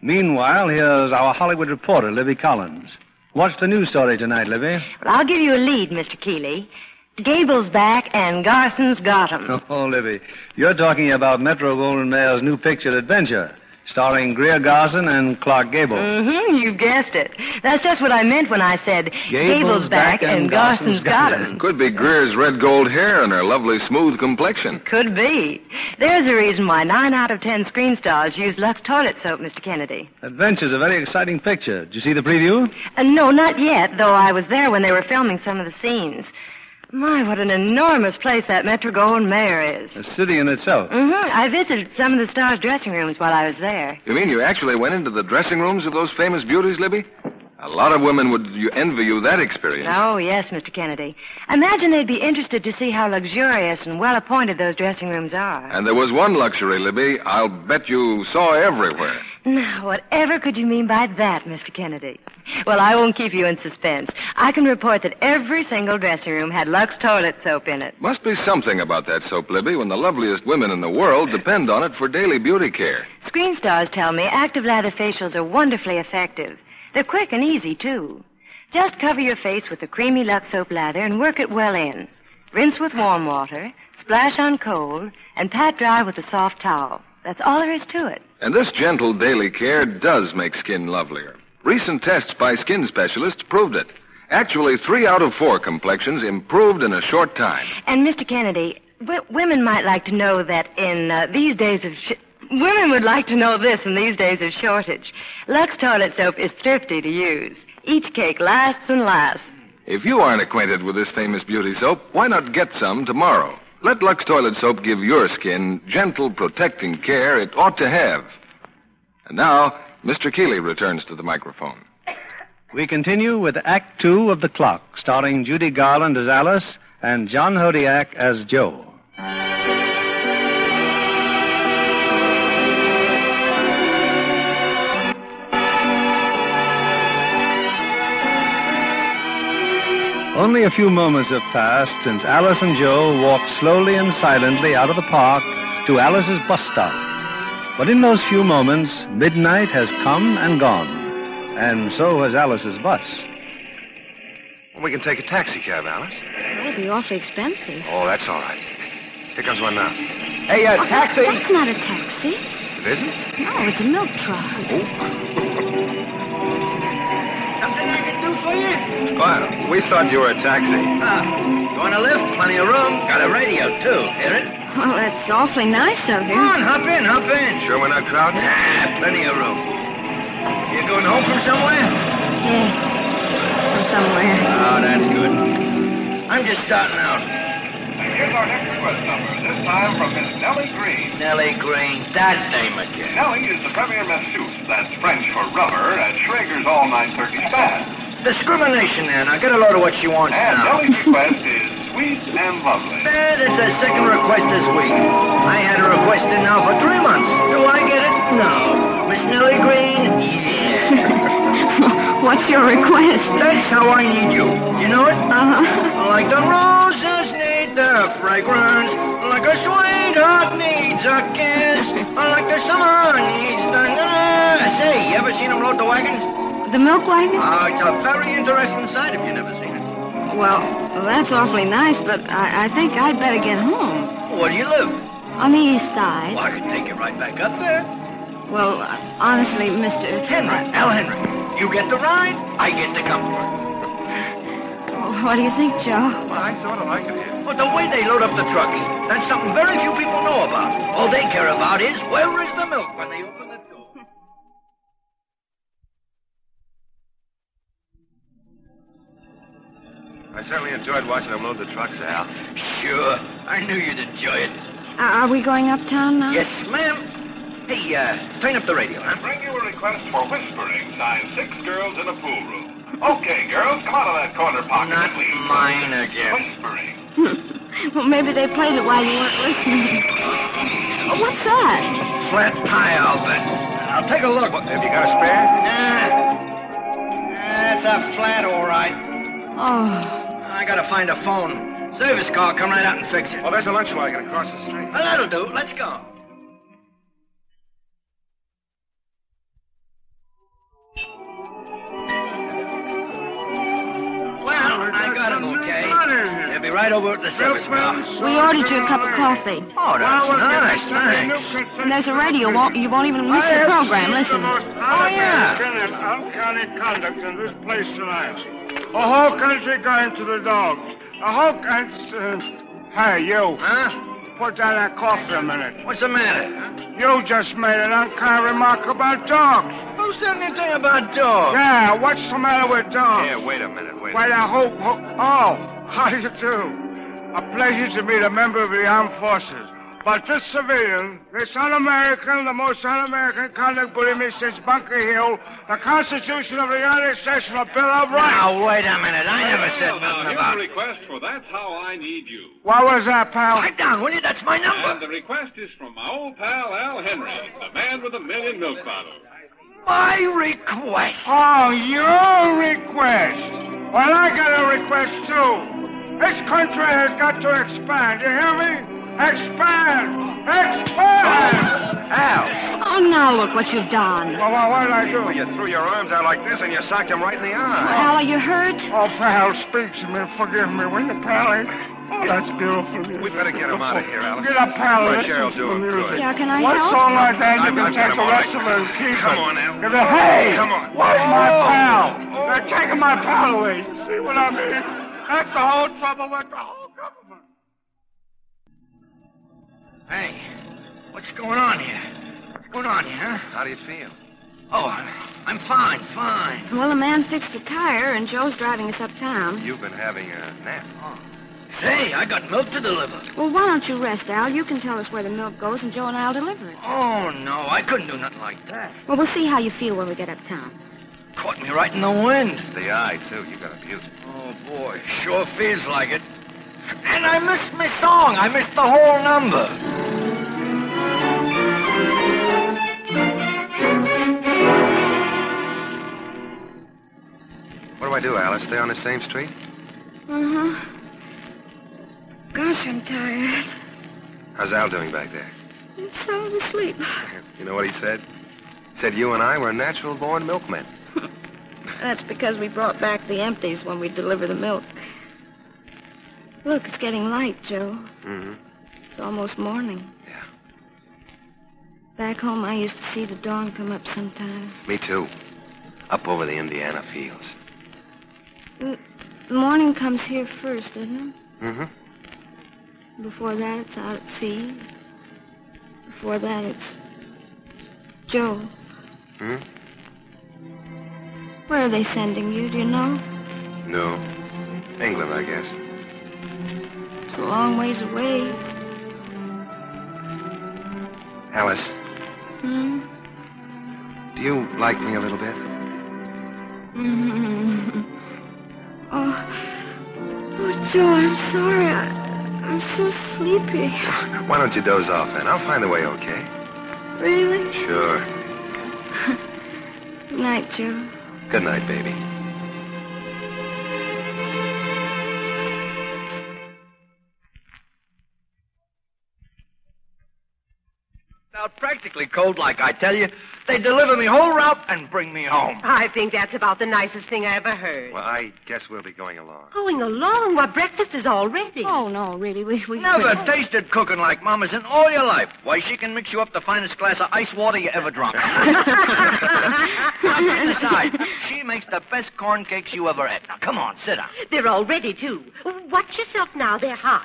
Speaker 5: Meanwhile, here's our Hollywood reporter, Libby Collins. What's the news story tonight, Libby?
Speaker 16: Well, I'll give you a lead, Mr. Keeley. Gable's back and Garson's got 'em.
Speaker 5: [laughs] Oh, Libby, you're talking about Metro Goldwyn Mayer's new picture, Adventure, starring Greer Garson and Clark Gable.
Speaker 16: Mm-hmm, you guessed it. That's just what I meant when I said Gable's, back, and Garson's got 'em.
Speaker 17: Could be Greer's red gold hair and her lovely smooth complexion.
Speaker 16: Could be. There's a reason why nine out of ten screen stars use Lux toilet soap, Mr. Kennedy.
Speaker 5: Adventure's a very exciting picture. Did you see the preview?
Speaker 16: Uh, no, not yet, though I was there when they were filming some of the scenes. My, what an enormous place that Metro Goldwyn Mayer is.
Speaker 5: A city in itself.
Speaker 16: Mm-hmm. I visited some of the stars' dressing rooms while I was there.
Speaker 17: You mean you actually went into the dressing rooms of those famous beauties, Libby? A lot of women would you- envy you that experience.
Speaker 16: Oh, yes, Mr. Kennedy. Imagine they'd be interested to see how luxurious and well appointed those dressing rooms are.
Speaker 17: And there was one luxury, Libby, I'll bet you saw everywhere.
Speaker 16: Now, whatever could you mean by that, Mr. Kennedy? Well, I won't keep you in suspense. I can report that every single dressing room had Lux toilet soap in it.
Speaker 17: Must be something about that soap, Libby, when the loveliest women in the world depend on it for daily beauty care.
Speaker 16: Screen stars tell me active lather facials are wonderfully effective. They're quick and easy, too. Just cover your face with the creamy Lux soap lather and work it well in. Rinse with warm water, splash on cold, and pat dry with a soft towel. That's all there is to it.
Speaker 17: And this gentle daily care does make skin lovelier. Recent tests by skin specialists proved it. Actually, three out of four complexions improved in a short time.
Speaker 16: And, Mr. Kennedy, w- women might like to know that in uh, these days of. Sh- women would like to know this in these days of shortage. Lux toilet soap is thrifty to use. Each cake lasts and lasts.
Speaker 17: If you aren't acquainted with this famous beauty soap, why not get some tomorrow? Let Lux Toilet Soap give your skin gentle, protecting care it ought to have. And now, Mr. Keeley returns to the microphone.
Speaker 5: We continue with Act Two of The Clock, starring Judy Garland as Alice and John Hodiak as Joe. Only a few moments have passed since Alice and Joe walked slowly and silently out of the park to Alice's bus stop. But in those few moments, midnight has come and gone, and so has Alice's bus.
Speaker 6: Well, we can take a taxi cab, Alice.
Speaker 10: That would be awfully expensive.
Speaker 6: Oh, that's all right. Here comes one now.
Speaker 12: Hey, uh, taxi!
Speaker 10: That's not a taxi.
Speaker 6: It isn't?
Speaker 10: No, Oh, it's a milk truck.
Speaker 12: Something I can do for you?
Speaker 6: Well, we thought you were a taxi.
Speaker 8: Ah, going to lift? Plenty of room. Got a radio, too. Hear it?
Speaker 10: Well, that's awfully nice of you.
Speaker 8: Come on, hop in, hop in.
Speaker 6: Sure we're not crowded?
Speaker 8: Ah, plenty of room. You going home from somewhere?
Speaker 10: Yes. From somewhere.
Speaker 8: Oh, that's good. I'm just starting out.
Speaker 12: Here's our next request number, this time from Miss Nellie Green.
Speaker 8: Nellie Green, that name again.
Speaker 12: Nellie is the premier masseuse. That's French for rubber at Schrager's All 930 Span.
Speaker 8: Discrimination there. Now get a load of what she wants
Speaker 12: And
Speaker 8: now.
Speaker 12: Nellie's request is sweet and lovely.
Speaker 8: That is her second request this week. I had her request in now for three months. Do I get it? No. Miss Nellie Green? Yeah.
Speaker 10: [laughs] What's your request?
Speaker 8: That's how I need you. You know it? Uh-huh. Like the roses need their fragrance, like a sweetheart needs a kiss, like the summer needs the... Say, you ever seen them load the wagons?
Speaker 10: [laughs] The milk wagon?
Speaker 8: Oh, it's a very interesting sight if you never seen it.
Speaker 10: Well, that's awfully nice, but I, I think I'd better get home.
Speaker 8: Where do you live?
Speaker 10: On the east side.
Speaker 8: Well, Oh, I could take you right back up there.
Speaker 10: Well, uh, honestly, Mr.
Speaker 8: Henry, Al Henry, you get the ride, I get the comfort.
Speaker 10: What do you think, Joe?
Speaker 8: Well, I sort of like it here. But the way they load up the trucks, that's something very few people know about. All they care about is where is the milk when they open the door.
Speaker 6: I certainly enjoyed watching them load the trucks, Al.
Speaker 8: Sure, I knew you'd enjoy it.
Speaker 10: Are are we going uptown now?
Speaker 8: Yes, ma'am. Hey, uh, turn up the radio, huh?
Speaker 12: Bring you a request for whispering. Sign six girls in a pool room. Okay, girls, come out of that corner pocket
Speaker 8: Not
Speaker 12: and leave.
Speaker 8: mine again.
Speaker 12: Whispering.
Speaker 10: Well, maybe they played it while you weren't listening. Oh, what's that?
Speaker 8: Flat pie, I'll bet. I'll take a look.
Speaker 6: Have you got a spare?
Speaker 8: Nah. That's a flat, all right.
Speaker 10: Oh,
Speaker 8: I gotta find a phone. Service car, come right out and fix it.
Speaker 6: Well, there's a lunch wagon across the street.
Speaker 8: Well, that'll do. Let's go. Well, I got him, okay. They'll be right over at the service car.
Speaker 10: we ordered you a cup of coffee.
Speaker 8: Oh, that's nice. Thanks.
Speaker 10: And there's a radio. Won't, you won't even miss the program. Listen.
Speaker 8: Oh, yeah.
Speaker 12: and uncanny conduct in this place tonight. A whole country going to the dogs. A whole country. Uh, hey, you.
Speaker 8: Huh?
Speaker 18: put down that cough for a minute.
Speaker 8: What's the matter?
Speaker 18: You just made an unkind remark about dogs.
Speaker 8: Who said anything about dogs?
Speaker 18: Yeah, what's the matter with dogs?
Speaker 6: Here, wait a minute, wait.
Speaker 18: Why, I hope. hope oh, [laughs] how do you do? A pleasure to meet a member of the armed forces. But this civilian, this un-American, the most un-American conduct, believe me, since Bunker Hill, the Constitution of the United States and the Bill of Rights.
Speaker 8: Now, wait a minute. I never said nothing
Speaker 12: Here's
Speaker 8: about
Speaker 12: the
Speaker 8: it.
Speaker 12: request for That's How I Need You.
Speaker 18: What was that, pal?
Speaker 8: Sit down, will you? That's my number.
Speaker 12: And the request is from my old pal, Al Henry, the man with a million milk bottles.
Speaker 18: My request. Oh, your request. Well, I got a request too. This country has got to expand. You hear me? Expand! Expand!
Speaker 10: Al! Oh, now look what you've done.
Speaker 18: Well, well, what did I do?
Speaker 6: Well, you threw your arms out like this and you socked him right in the eye.
Speaker 10: Al, are you hurt?
Speaker 18: Oh, pal, speak to me. Forgive me, will you, pal? Oh, that's beautiful.
Speaker 6: We better get him out of here, Alex.
Speaker 18: Get up, pal.
Speaker 6: Let
Speaker 18: Listen
Speaker 6: Gerald
Speaker 18: to
Speaker 6: do
Speaker 18: the
Speaker 6: him
Speaker 18: music.
Speaker 6: good.
Speaker 10: Yeah, can I
Speaker 18: One
Speaker 10: help?
Speaker 18: song like that, you
Speaker 6: I've-
Speaker 18: can take
Speaker 6: I've got
Speaker 18: the
Speaker 6: him
Speaker 18: rest
Speaker 6: on
Speaker 18: of
Speaker 6: it.
Speaker 18: it and keep
Speaker 6: Come
Speaker 18: it.
Speaker 6: on, Al.
Speaker 18: Give it- hey!
Speaker 6: Come on.
Speaker 18: Where's my
Speaker 6: Oh.
Speaker 18: pal? They're taking my pal away. You see what I mean? That's the whole trouble with the whole government.
Speaker 8: Hey, what's going on here? What's going on here, huh?
Speaker 6: How do you feel?
Speaker 8: Oh, I'm fine, fine.
Speaker 10: Well, the man fixed the tire, and Joe's driving us uptown.
Speaker 6: You've been having a nap.
Speaker 8: Say, I got milk to deliver.
Speaker 10: Well, why don't you rest, Al? You can tell us where the milk goes, and Joe and I'll deliver it.
Speaker 8: Oh, no, I couldn't do nothing like that.
Speaker 10: Well, we'll see how you feel when we get uptown.
Speaker 8: Caught me right in the wind.
Speaker 6: The eye, too. You got abused.
Speaker 8: Oh, boy, sure feels like it. And I missed my song. I missed the whole number.
Speaker 6: What do I do, Alice? Stay on the same street?
Speaker 10: Uh huh. Gosh, I'm tired.
Speaker 6: How's Al doing back there?
Speaker 10: I'm sound asleep.
Speaker 6: You know what he said? Said you and I were natural born milkmen.
Speaker 10: That's because we brought back the empties when we deliver the milk. Look, it's getting light, Joe.
Speaker 6: Mm-hmm.
Speaker 10: It's almost morning. Yeah. Back home, I used to see the dawn come up sometimes.
Speaker 6: Me too. Up over the Indiana fields.
Speaker 10: The Mm, the morning comes here first, doesn't
Speaker 6: Mm-hmm.
Speaker 10: it? Before that, it's out at sea. Before that, it's. Joe,
Speaker 6: Hmm?
Speaker 10: where are they sending you? Do you know?
Speaker 6: No. England, I guess.
Speaker 10: It's a long ways away.
Speaker 6: Alice,
Speaker 10: Hmm?
Speaker 6: do you like me a little bit?
Speaker 10: Mhm. Oh. oh, Joe, I'm sorry. I, I'm so sleepy.
Speaker 6: Why don't you doze off then? I'll find a way, okay?
Speaker 10: Really?
Speaker 6: Sure.
Speaker 10: [laughs] Night, Joe.
Speaker 6: Good night, baby.
Speaker 8: Out practically cold, like I tell you. They deliver me whole route and bring me home.
Speaker 19: I think that's about the nicest thing I ever heard.
Speaker 6: Well, I guess we'll be going along.
Speaker 19: Going along? Why, breakfast is all ready.
Speaker 10: Oh, no, really. We, we
Speaker 8: Never tasted cooking like Mama's in all your life. Why, she can mix you up the finest glass of ice water you ever drunk. now, put it aside. She makes the best corn cakes you ever ate. Now, come on, sit down.
Speaker 19: They're all ready, too. Watch yourself now. They're hot.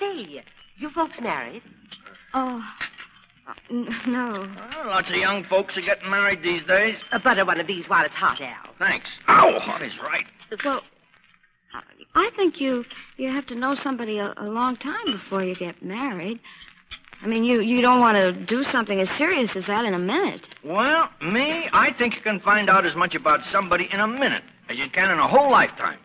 Speaker 19: Say, you folks married?
Speaker 10: Oh, no.
Speaker 8: Well, lots of young folks are getting married these days.
Speaker 19: Uh, butter one of these while it's hot, Al.
Speaker 8: Thanks. Ow, Hardy's right.
Speaker 10: Well, I think you you have to know somebody a, a long time before you get married. I mean, you you don't want to do something as serious as that in a minute.
Speaker 8: Well, me, I think you can find out as much about somebody in a minute as you can in a whole lifetime.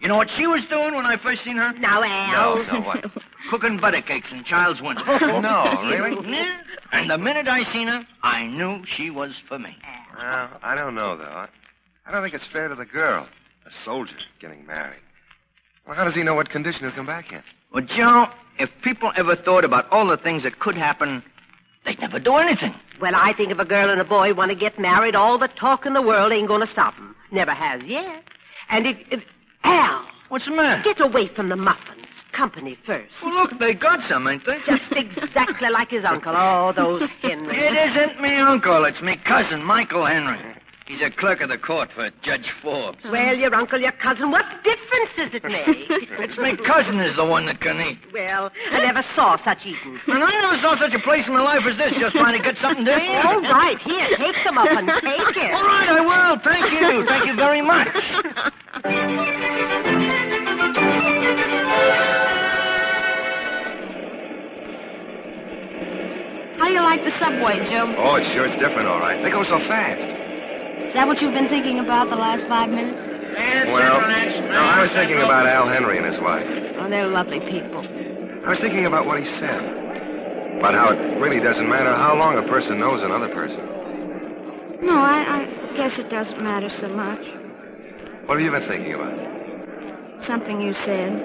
Speaker 8: You know what she was doing when I first seen her?
Speaker 19: Now, Al.
Speaker 8: No, no, what? Cooking butter cakes in Child's Window.
Speaker 6: No, really?
Speaker 8: Yeah. And the minute I seen her, I knew she was for me.
Speaker 6: Well, I don't know, though. I don't think it's fair to the girl, a soldier, getting married. Well, how does he know what condition he'll come back in?
Speaker 8: Well, Joe, if people ever thought about all the things that could happen, they'd never do anything.
Speaker 19: Well, I think if a girl and a boy want to get married, all the talk in the world ain't going to stop 'em. Never has yet. And if, if. Al!
Speaker 8: What's the matter?
Speaker 19: Get away from the muffins. Company first.
Speaker 8: Well, look, they got some, ain't they?
Speaker 19: Just exactly
Speaker 8: [laughs]
Speaker 19: like his uncle. Oh, those Henrys.
Speaker 8: It isn't me uncle, it's me cousin, Michael Henry. He's a clerk of the court for Judge Forbes.
Speaker 19: Well, your uncle, your cousin, what difference does it make?
Speaker 8: It's my cousin is the one that can eat.
Speaker 19: Well, I never saw such eating.
Speaker 8: And I never saw such a place in my life as this, just trying to get something to eat.
Speaker 19: All right, here, take some up and take it.
Speaker 8: [laughs] All right, I will. Thank you. Thank you very much. Oh,
Speaker 10: How do you like the subway, Joe?
Speaker 6: Oh, it sure is different, all right. They go so fast.
Speaker 10: Is that what you've been thinking about the last five minutes?
Speaker 6: Well, no, I was thinking about Al Henry and his wife.
Speaker 10: Oh, they're lovely people.
Speaker 6: I was thinking about what he said. About how it really doesn't matter how long a person knows another person.
Speaker 10: No, I, I guess it doesn't matter so much.
Speaker 6: What have you been thinking about?
Speaker 10: Something you said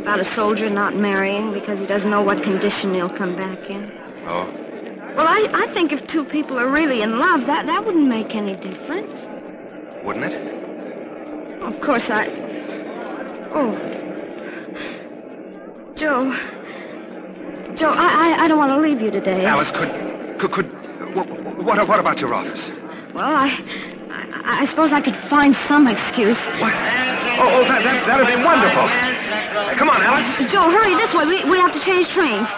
Speaker 10: about a soldier not marrying because he doesn't know what condition he'll come back in.
Speaker 6: Oh,
Speaker 10: Well, I, I think if two people are really in love, that, that wouldn't make any difference.
Speaker 6: wouldn't it?
Speaker 10: Of course, I. Oh. Joe. Joe, I, I, I don't want to leave you today.
Speaker 6: Alice, could, could, could what, what, what about your office?
Speaker 10: Well, I, I. I suppose I could find some excuse.
Speaker 6: Oh, oh that, that, that'd be wonderful. Hey, come on, Alice.
Speaker 10: Joe, hurry this way. We, we have to change trains.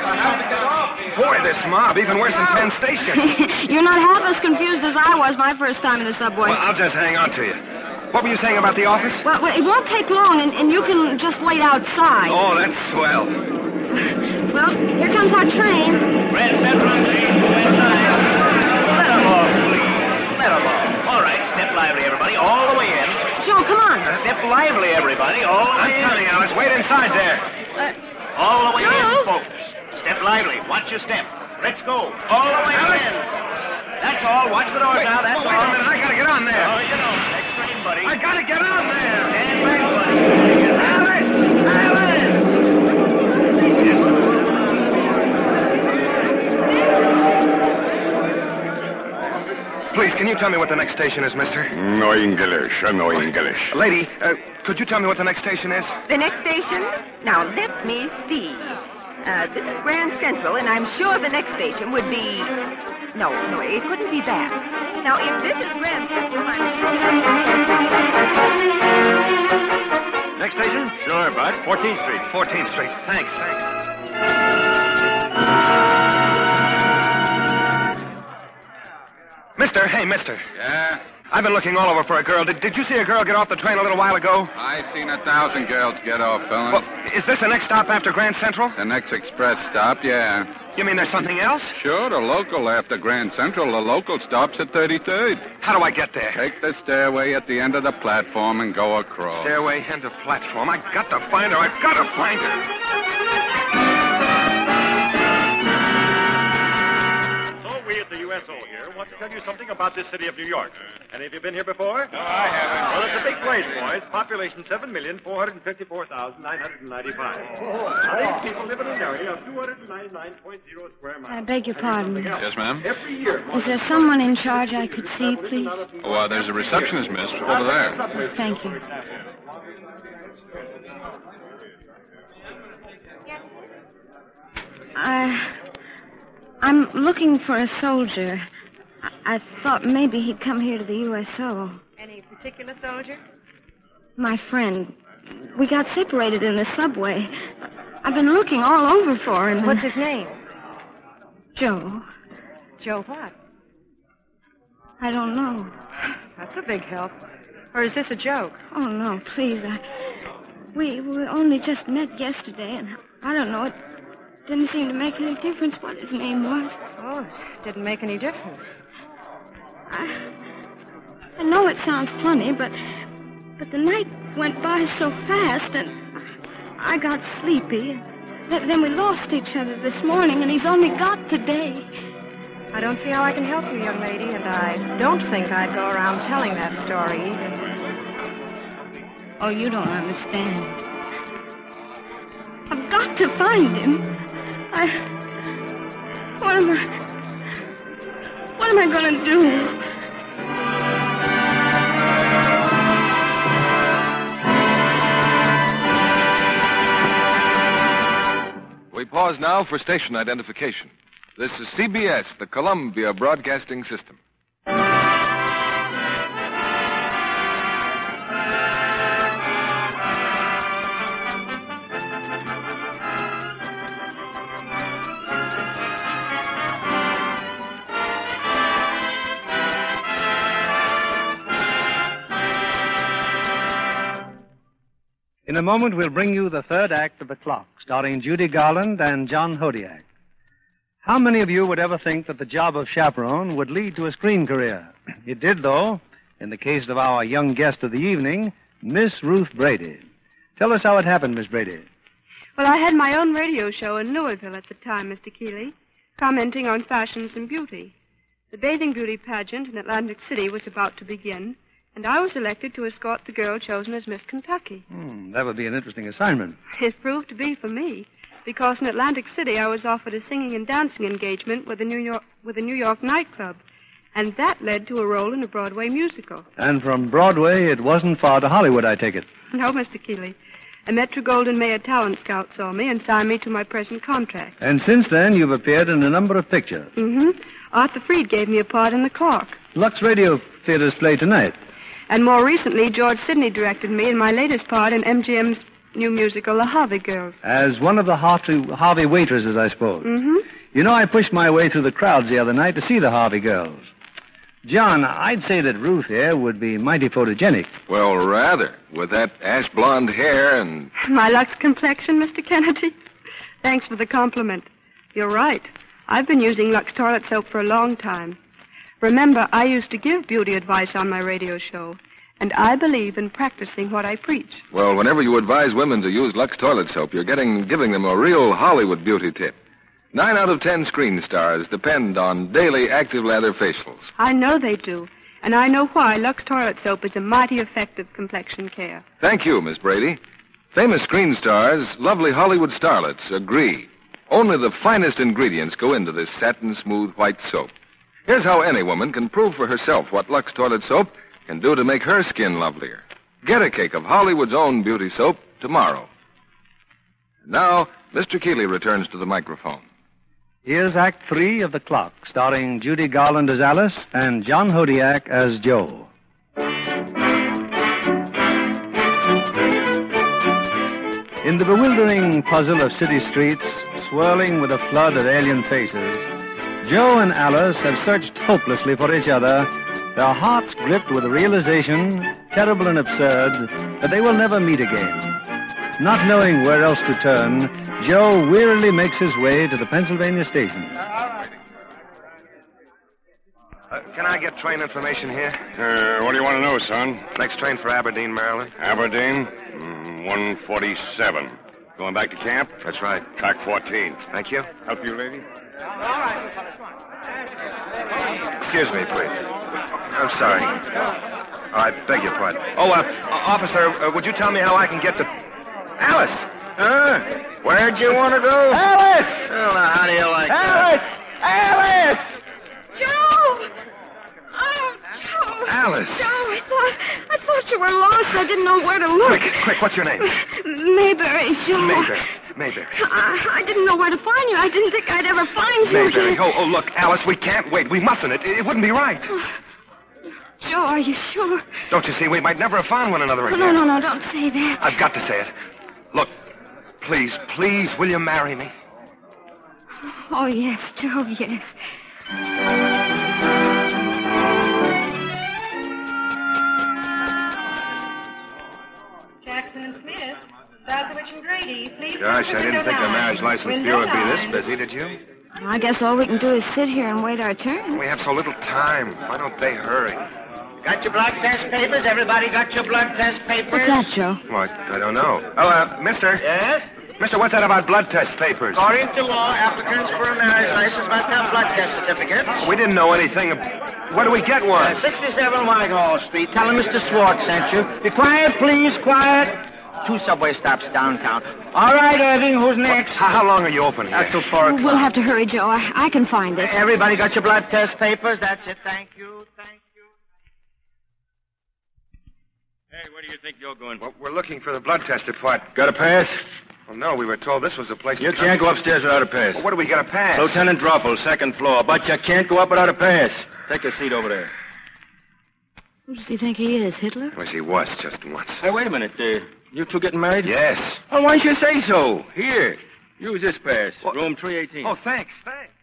Speaker 10: [laughs]
Speaker 6: Boy, this mob, even worse than Penn
Speaker 10: [laughs]
Speaker 6: Station.
Speaker 10: You're not half as confused as I was my first time in the subway.
Speaker 6: well, I'll just hang on to you. What were you saying about the office?
Speaker 10: Well, well, it won't take long, and, and you can just wait outside.
Speaker 6: Oh, that's swell.
Speaker 10: Well, here comes our train.
Speaker 8: All right, step lively, everybody, all the way in.
Speaker 10: Joe, come on.
Speaker 8: Step lively, everybody, all the way in. I'm coming, Alice. Wait inside there.
Speaker 19: Uh,
Speaker 8: All the way in, folks. Step lively. Watch your step. Let's go. All the way in. That's all. Watch the doors
Speaker 20: Wait,
Speaker 8: now. That's
Speaker 20: wait a
Speaker 8: all.
Speaker 20: minute. I gotta get on there.
Speaker 8: Oh, you know, next train, buddy.
Speaker 20: I gotta get on there.
Speaker 8: Stand back, buddy.
Speaker 6: Please, can you tell me what the next station is, mister?
Speaker 21: No English, no English.
Speaker 6: Lady, uh, could you tell me what the next station is?
Speaker 12: The next station? Now, let me see. Uh, this is Grand Central, and I'm sure the next station would be. No, no, it couldn't be that. Now, if this is Grand Central, I'm.
Speaker 6: Next station? Sure, Bud. 14th Street. 14th Street. Thanks, thanks. Mister, hey, mister.
Speaker 17: Yeah?
Speaker 6: I've been looking all over for a girl. Did, did you see a girl get off the train a little while ago?
Speaker 17: I've seen a thousand girls get off, fellas.
Speaker 6: Is this the next stop after Grand Central?
Speaker 17: The next express stop, yeah.
Speaker 6: You mean there's something else?
Speaker 17: Sure, the local after Grand Central. The local stops at 33rd.
Speaker 6: How do I get there?
Speaker 17: Take the stairway at the end of the platform and go across.
Speaker 6: Stairway, end of platform. I've got to find her. I've got to find her.
Speaker 22: So we at the USO here want to tell you something about this city of New York. And have you been here before? No,
Speaker 17: I haven't.
Speaker 22: Well, it's a big place, boys. Population
Speaker 6: Oh.
Speaker 22: 7,454,995. These people live in an area of 299.0 square miles.
Speaker 10: I beg your pardon.
Speaker 22: Yes,
Speaker 17: ma'am?
Speaker 22: Every year.
Speaker 10: Is there someone in charge I could see, please?
Speaker 17: Oh, uh, there's a receptionist, miss, over there.
Speaker 10: Thank you. I. I'm looking for a soldier. I, I thought maybe he'd come here to the USO.
Speaker 13: Any particular soldier?
Speaker 10: My friend. We got separated in the subway. I've been looking all over for him.
Speaker 13: What's his name?
Speaker 10: Joe.
Speaker 13: Joe what?
Speaker 10: I don't know.
Speaker 13: That's a big help. Or is this a joke?
Speaker 10: Oh, no, please. I, we, we only just met yesterday, and I don't know. It didn't seem to make any difference what his name was.
Speaker 13: Oh, didn't make any difference.
Speaker 10: I know it sounds funny, but but the night went by so fast, and I got sleepy. Th- then we lost each other this morning, and he's only got today.
Speaker 13: I don't see how I can help you, young lady, and I don't think I'd go around telling that story either.
Speaker 10: Oh, you don't understand. I've got to find him. I. What am I. What am I going to do?
Speaker 23: We
Speaker 17: Pause now for station identification. This is CBS, the Columbia Broadcasting System.
Speaker 5: In a moment, we'll bring you the third act of The Clock, starring Judy Garland and John Hodiak. How many of you would ever think that the job of chaperone would lead to a screen career? [clears throat] It did, though, in the case of our young guest of the evening, Miss Ruth Brady. Tell us how it happened, Miss Brady.
Speaker 13: Well, I had my own radio show in Louisville at the time, Mr. Keeley, commenting on fashions and beauty. The bathing beauty pageant in Atlantic City was about to begin, and I was elected to escort the girl chosen as Miss Kentucky.
Speaker 5: Hmm, that would be an interesting assignment.
Speaker 13: It proved to be for me, because in Atlantic City I was offered a singing and dancing engagement with a New York with a New York nightclub, and that led to a role in a Broadway musical. [laughs]
Speaker 5: And from Broadway, it wasn't far to Hollywood, I take it.
Speaker 13: No, Mr. Keeley. A Metro Golden Mayer talent scout saw me and signed me to my present contract.
Speaker 5: And since then, you've appeared in a number of pictures.
Speaker 13: Mm-hmm. Arthur Freed gave me a part in The Clock.
Speaker 5: Lux Radio Theater's play tonight.
Speaker 13: And more recently, George Sidney directed me in my latest part in MGM's new musical, The Harvey Girls.
Speaker 5: As one of the Harvey, Harvey waitresses, I suppose.
Speaker 13: Mm-hmm.
Speaker 5: You know, I pushed my way through the crowds the other night to see the Harvey girls. John, I'd say that Ruth here would be mighty photogenic.
Speaker 17: Well, rather, with that ash blonde hair and.
Speaker 13: [laughs] My Lux complexion, Mr. Kennedy? Thanks for the compliment. You're right. I've been using Lux toilet soap for a long time. Remember, I used to give beauty advice on my radio show, and I believe in practicing what I preach.
Speaker 17: Well, whenever you advise women to use Lux toilet soap, you're getting giving them a real Hollywood beauty tip. Nine out of ten screen stars depend on daily active lather facials.
Speaker 13: I know they do, and I know why Lux toilet soap is a mighty effective complexion care.
Speaker 17: Thank you, Miss Brady. Famous screen stars, lovely Hollywood starlets agree. Only the finest ingredients go into this satin smooth white soap. Here's how any woman can prove for herself what Lux Toilet Soap can do to make her skin lovelier. Get a cake of Hollywood's own beauty soap tomorrow. Now, Mr. Keeley returns to the microphone.
Speaker 5: Here's Act Three of The Clock, starring Judy Garland as Alice and John Hodiak as Joe. In the bewildering puzzle of city streets, swirling with a flood of alien faces, Joe and Alice have searched hopelessly for each other, their hearts gripped with a realization, terrible and absurd, that they will never meet again. Not knowing where else to turn, Joe wearily makes his way to the Pennsylvania station.
Speaker 6: Uh, can I get train information here?
Speaker 7: Uh, what do you want to know, son?
Speaker 6: Next train for Aberdeen, Maryland.
Speaker 7: Aberdeen? Mm, 147. Going back to camp?
Speaker 6: That's right.
Speaker 7: Track 14.
Speaker 6: Thank you.
Speaker 7: Help you, lady?
Speaker 6: Excuse me, please. I'm sorry. I beg your pardon. Oh, uh, o- officer, uh, would you tell me how I can get to Alice?
Speaker 9: Huh? Where'd you want to go?
Speaker 6: Alice!
Speaker 8: Oh,
Speaker 9: Well, now, how do you like
Speaker 6: Alice! Alice!
Speaker 10: Joe! Oh, Joe!
Speaker 6: Alice.
Speaker 10: Joe, I thought, I thought you were lost. I didn't know where to look.
Speaker 6: Quick, quick, what's your name?
Speaker 10: Mayberry, Joe.
Speaker 6: Mayberry. Mayberry.
Speaker 10: I, I didn't know where to find you. I didn't think I'd ever find you.
Speaker 6: Mayberry. Oh, oh, look, Alice, we can't wait. We mustn't. It, it wouldn't be right.
Speaker 10: Joe, are you sure?
Speaker 6: Don't you see? We might never have found one another
Speaker 10: Oh,
Speaker 6: again.
Speaker 10: no, no, no, don't say that.
Speaker 6: I've got to say it. Look, please, please, will you marry me?
Speaker 10: [sighs] Oh, yes, Joe, yes.
Speaker 14: Jackson and Smith, Balkovich and Grady, please.
Speaker 6: Gosh, I didn't think the marriage license bureau would be this busy, did you?
Speaker 10: I guess all we can do is sit here and wait our turn.
Speaker 6: We have so little time. Why don't they hurry?
Speaker 9: Got your blood test papers? Everybody got your blood test papers?
Speaker 10: What's that, Joe?
Speaker 6: Well, I, I don't know. Oh, uh, mister. Yes? Mister, what's that about blood test papers?
Speaker 9: According to law, applicants for a marriage license must have blood test certificates.
Speaker 6: We didn't know anything. ab- Where do we get one?
Speaker 9: Uh, 67 Whitehall Street. Tell him Mr. Swartz sent you. Be quiet, please, quiet. Two subway stops downtown. All right, Irving, who's next?
Speaker 6: How, how long are you open here?
Speaker 9: Up till 4
Speaker 10: We'll
Speaker 9: o'clock.
Speaker 10: have to hurry, Joe. I, I can find it.
Speaker 9: Everybody got your blood test papers? That's it, thank you.
Speaker 6: Hey, where do you think you're going? Well, we're looking for the blood test report.
Speaker 7: Got a pass?
Speaker 6: Well, no, we were told this was the place.
Speaker 8: You
Speaker 6: to
Speaker 8: can't
Speaker 6: come-
Speaker 8: go upstairs without a pass.
Speaker 6: Well, what do we got to pass?
Speaker 8: Lieutenant Droffel, second floor. But you can't go up without a pass. Take a seat over there.
Speaker 13: Who does he think he is, Hitler?
Speaker 6: Well, she was just once.
Speaker 8: Hey, wait a minute. Uh, you two getting married?
Speaker 6: Yes.
Speaker 8: Well, why'd you say so? Here, use this pass. Room 318.
Speaker 6: Oh, thanks, thanks.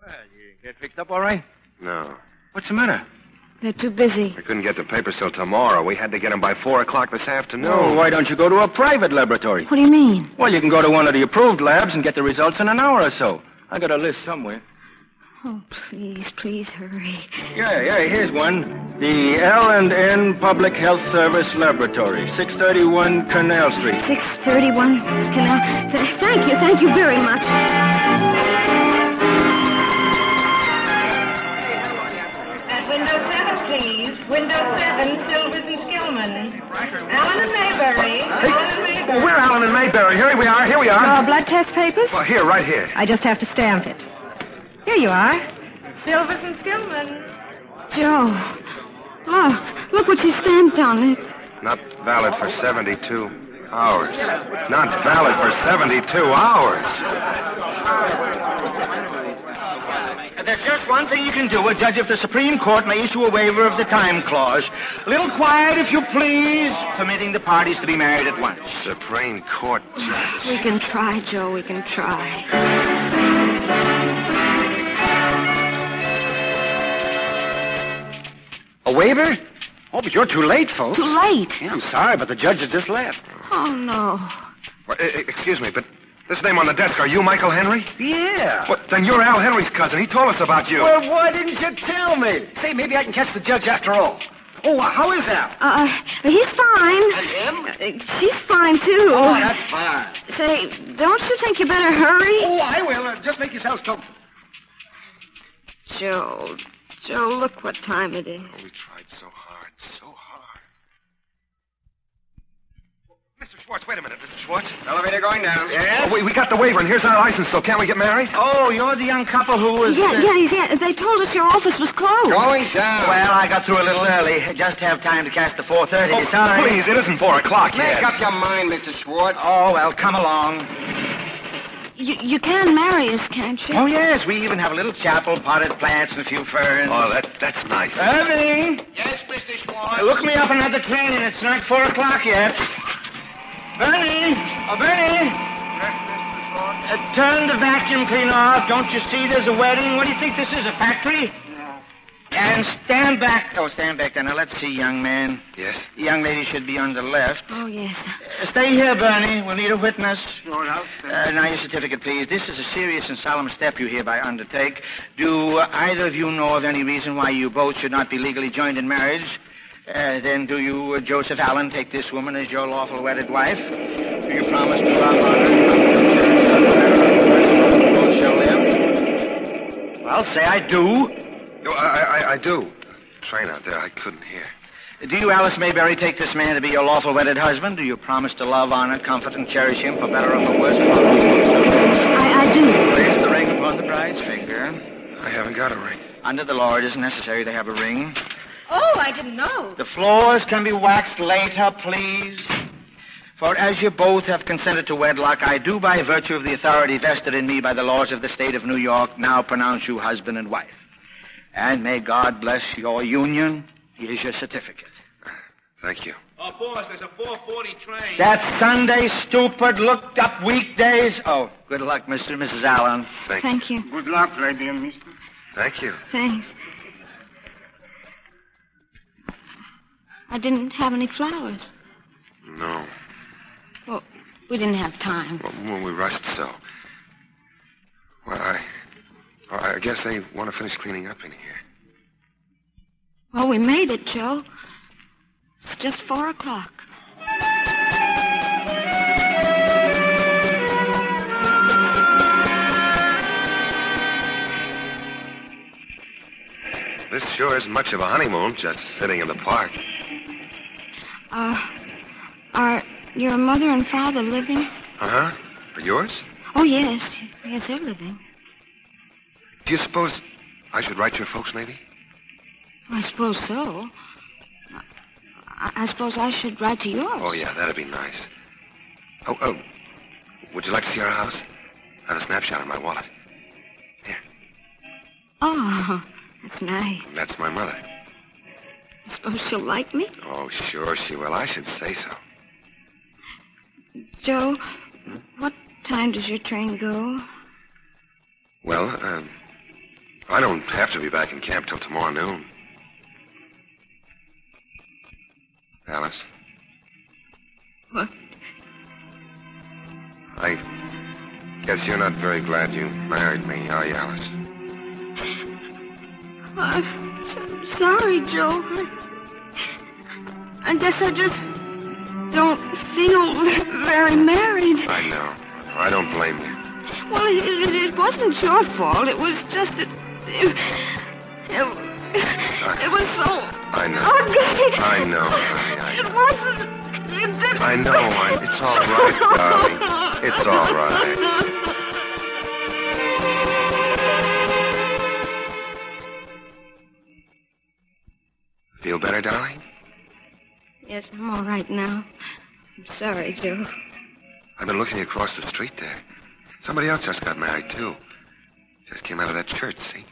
Speaker 8: Well, you get fixed up all right?
Speaker 6: No.
Speaker 8: What's the matter?
Speaker 10: They're too busy.
Speaker 6: I couldn't get the papers till tomorrow. We had to get them by 4 o'clock this afternoon.
Speaker 8: No, why don't you go to a private laboratory?
Speaker 10: What do you mean?
Speaker 8: Well, you can go to one of the approved labs and get the results in an hour or so. I got a list somewhere.
Speaker 10: Oh, please, please hurry.
Speaker 8: Yeah, yeah, here's one. The L&N Public Health Service Laboratory, 631 Canal Street.
Speaker 10: 631 Canal. Th- thank you, thank you very much.
Speaker 16: At window seven, please. Window seven, Silvers and Skillman. Allen and Mayberry.
Speaker 6: Well, we're Allen and Mayberry. Here we are. Here we are.
Speaker 13: Our blood test papers?
Speaker 6: Well, here, right here.
Speaker 13: I just have to stamp it. Here you are.
Speaker 16: Silvers and Skillman.
Speaker 10: Joe. Oh, look what she stamped on it.
Speaker 6: Not valid for 72 hours. Not valid for 72 hours.
Speaker 9: There's just one thing you can do, a judge, if the Supreme Court may issue a waiver of the time clause. A little quiet, if you please, permitting the parties to be married at once.
Speaker 6: Supreme Court [laughs] judge.
Speaker 10: We can try, Joe, we can try.
Speaker 9: A waiver? Oh, but you're too late, folks.
Speaker 10: Too late?
Speaker 9: Yeah, I'm sorry, but the judge has just left.
Speaker 10: Oh, no.
Speaker 6: Well, e- e- excuse me, but this name on the desk, are you Michael Henry?
Speaker 9: Yeah.
Speaker 6: Well, then you're Al Henry's cousin. He told us about you.
Speaker 9: Well, why didn't you tell me? Say, maybe I can catch the judge after all. Oh, uh, how is Al?
Speaker 10: Uh, he's fine. Uh, She's fine, too.
Speaker 9: Oh, that's fine.
Speaker 10: Say, don't you think you better hurry?
Speaker 9: Oh, I will. Uh, just make yourselves comfortable.
Speaker 10: Joe, Joe, look what time it is.
Speaker 6: Oh, We tried so hard, so hard. Mr. Schwartz, wait a minute, Mr. Schwartz.
Speaker 9: Elevator going down. Yes?
Speaker 6: Oh, we, we got the waiver, and here's our license, so can't we get married?
Speaker 9: Oh, you're the young couple who was.
Speaker 10: Yeah,
Speaker 9: uh,
Speaker 10: yeah, yeah. They told us your office was closed.
Speaker 9: Well, I got through a little early. Just have time to catch the 4.30.
Speaker 6: Oh,
Speaker 9: it's all right.
Speaker 6: please, it isn't 4 o'clock
Speaker 9: Make
Speaker 6: yet.
Speaker 9: up your mind, Mr. Schwartz. Oh, well, come along.
Speaker 10: You, you can marry us, can't you?
Speaker 9: Oh, yes, we even have a little chapel, potted plants, and a few ferns.
Speaker 6: Oh, that, that's nice.
Speaker 9: Irving! Yes, Mr. Schwartz? Look me up another train, and it's not 4 o'clock yet. Bernie! Oh, Bernie! Uh, turn the vacuum cleaner off. Don't you see there's a wedding? What do you think this is, a factory? And stand back. Oh, stand back there. Now, let's see, young man.
Speaker 6: Yes?
Speaker 9: The young lady should be on the left.
Speaker 10: Oh, yes.
Speaker 9: Uh, Stay here, Bernie. We'll need a witness. Sure enough. Uh, now, your certificate, please. This is a serious and solemn step you hereby undertake. Do uh, either of you know of any reason why you both should not be legally joined in marriage? Uh, then do you, uh, Joseph Allen, take this woman as your lawful wedded wife? Do you promise to love her? Both shall live? Well, say I do.
Speaker 6: No, I, I, I do. Train out there, I couldn't hear.
Speaker 9: Do you, Alice Mayberry, take this man to be your lawful wedded husband? Do you promise to love, honor, comfort, and cherish him for better or for worse? I,
Speaker 10: I do.
Speaker 9: Place the ring upon the bride's finger.
Speaker 6: I haven't got a ring.
Speaker 9: Under the law, it isn't necessary to have a ring.
Speaker 16: Oh, I didn't know.
Speaker 9: The floors can be waxed later, please. For as you both have consented to wedlock, I do, by virtue of the authority vested in me by the laws of the state of New York, now pronounce you husband and wife. And may God bless your union. Here's your certificate.
Speaker 6: Thank you.
Speaker 24: Oh, boss, there's a 440 train.
Speaker 9: That Sunday stupid looked up weekdays. Oh, good luck, Mr. and Mrs. Allen.
Speaker 6: Thank,
Speaker 10: Thank you.
Speaker 9: Good luck, lady and mister.
Speaker 6: Thank you.
Speaker 10: Thanks. I didn't have any flowers.
Speaker 6: No.
Speaker 10: Well, we didn't have time.
Speaker 6: Well, well, we rushed so. Well, I, well, I guess they want to finish cleaning up in here.
Speaker 10: Well, we made it, Joe. It's just four o'clock.
Speaker 6: This sure isn't much of a honeymoon, just sitting in the park.
Speaker 10: Uh, are your mother and father living?
Speaker 6: Uh huh. For yours?
Speaker 10: Oh, yes. Yes, they're living.
Speaker 6: Do you suppose I should write your folks, maybe?
Speaker 10: I suppose so. I, I suppose I should write to yours.
Speaker 6: Oh, yeah, that'd be nice. Oh, oh. Would you like to see our house? I have a snapshot in my wallet.
Speaker 10: Oh, [laughs] that's nice.
Speaker 6: And that's my mother.
Speaker 10: I suppose she'll like me.
Speaker 6: Oh, sure she will. I should say so.
Speaker 10: Joe, what time does your train go?
Speaker 6: Well, um, I don't have to be back in camp till tomorrow noon. Alice,
Speaker 10: What?
Speaker 6: I guess you're not very glad you married me, are you, Alice?
Speaker 10: I'm so- sorry, Joe. I guess I just don't feel very married.
Speaker 6: I know. I don't blame you.
Speaker 10: Well, it, it, it wasn't your fault. It was just that. It, it, it was so.
Speaker 6: I know.
Speaker 10: Okay.
Speaker 6: I know. I,
Speaker 10: It wasn't. It didn't.
Speaker 6: I, I know. I, it's all right, darling. It's all right. Feel better, darling?
Speaker 10: Yes, I'm all right now. I'm sorry, Joe.
Speaker 6: I've been looking across the street there. Somebody else just got married, too. Just came out of that church, see?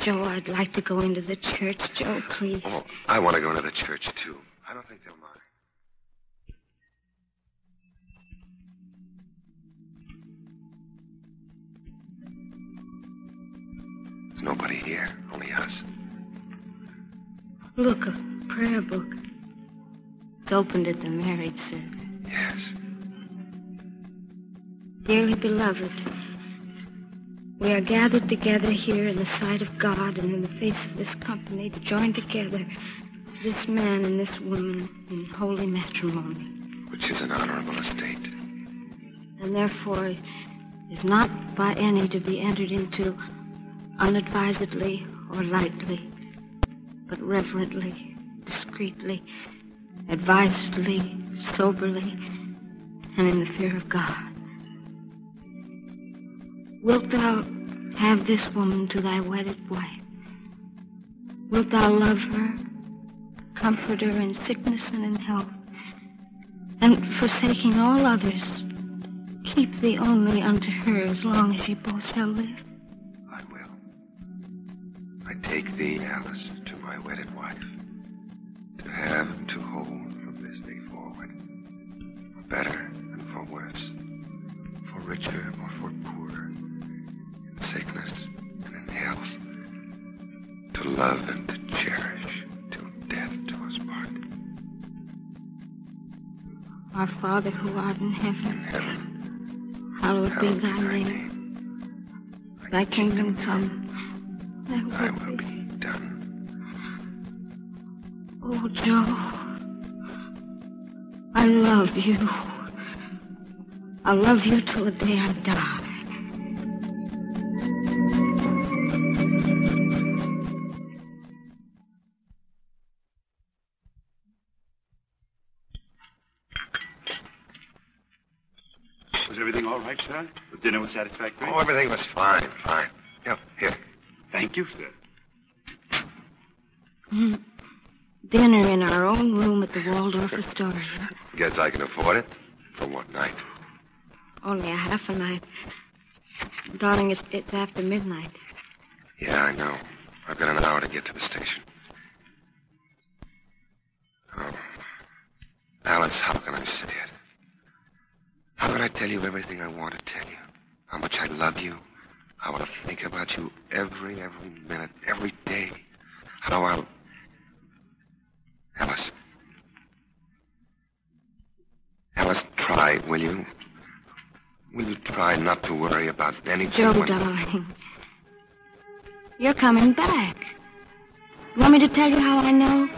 Speaker 10: Joe, I'd like to go into the church. Joe, please.
Speaker 6: Oh, I want to go into the church, too. I don't think they'll mind. There's nobody here, only us.
Speaker 10: Look, a prayer book. It's opened at the marriage service.
Speaker 6: Yes.
Speaker 10: [laughs] Dearly beloved, we are gathered together here in the sight of God and in the face of this company to join together this man and this woman in holy matrimony.
Speaker 6: Which is an honorable estate.
Speaker 10: and therefore is not by any to be entered into unadvisedly or lightly, but reverently, discreetly, advisedly, soberly, and in the fear of God. Wilt thou have this woman to thy wedded wife? Wilt thou love her, comfort her in sickness and in health, and forsaking all others, Keep thee only unto her as long as ye both shall live.
Speaker 6: I take thee, Alice, to my wedded wife, to have and to hold from this day forward, for better and for worse, for richer or for poorer, in sickness and in health, to love and to cherish till death do us part.
Speaker 10: Our Father who art in heaven, hallowed be thy name. Thy kingdom come, thy will be
Speaker 6: done.
Speaker 10: Oh, Joe, I love you. I love you till the day I die.
Speaker 15: Was everything all right, sir? The dinner was satisfactory?
Speaker 6: Oh, everything was fine, fine. Yeah, here.
Speaker 15: Thank you, sir.
Speaker 10: Mm. Dinner in our own room at the Waldorf Astoria.
Speaker 6: Guess I can afford it? For what night?
Speaker 10: Only a half a night. Darling, it's, it's after midnight.
Speaker 6: Yeah, I know. I've got an hour to get to the station. Oh. Alice, how can I say it? How can I tell you everything I want to tell you? How much I love you? How I think about you every, every minute, every day. How I'll. Alice. Alice, try, will you? Will you try not to worry about anything?
Speaker 10: Joe,
Speaker 6: when-
Speaker 10: darling. You're coming back. Want me to tell you how I know?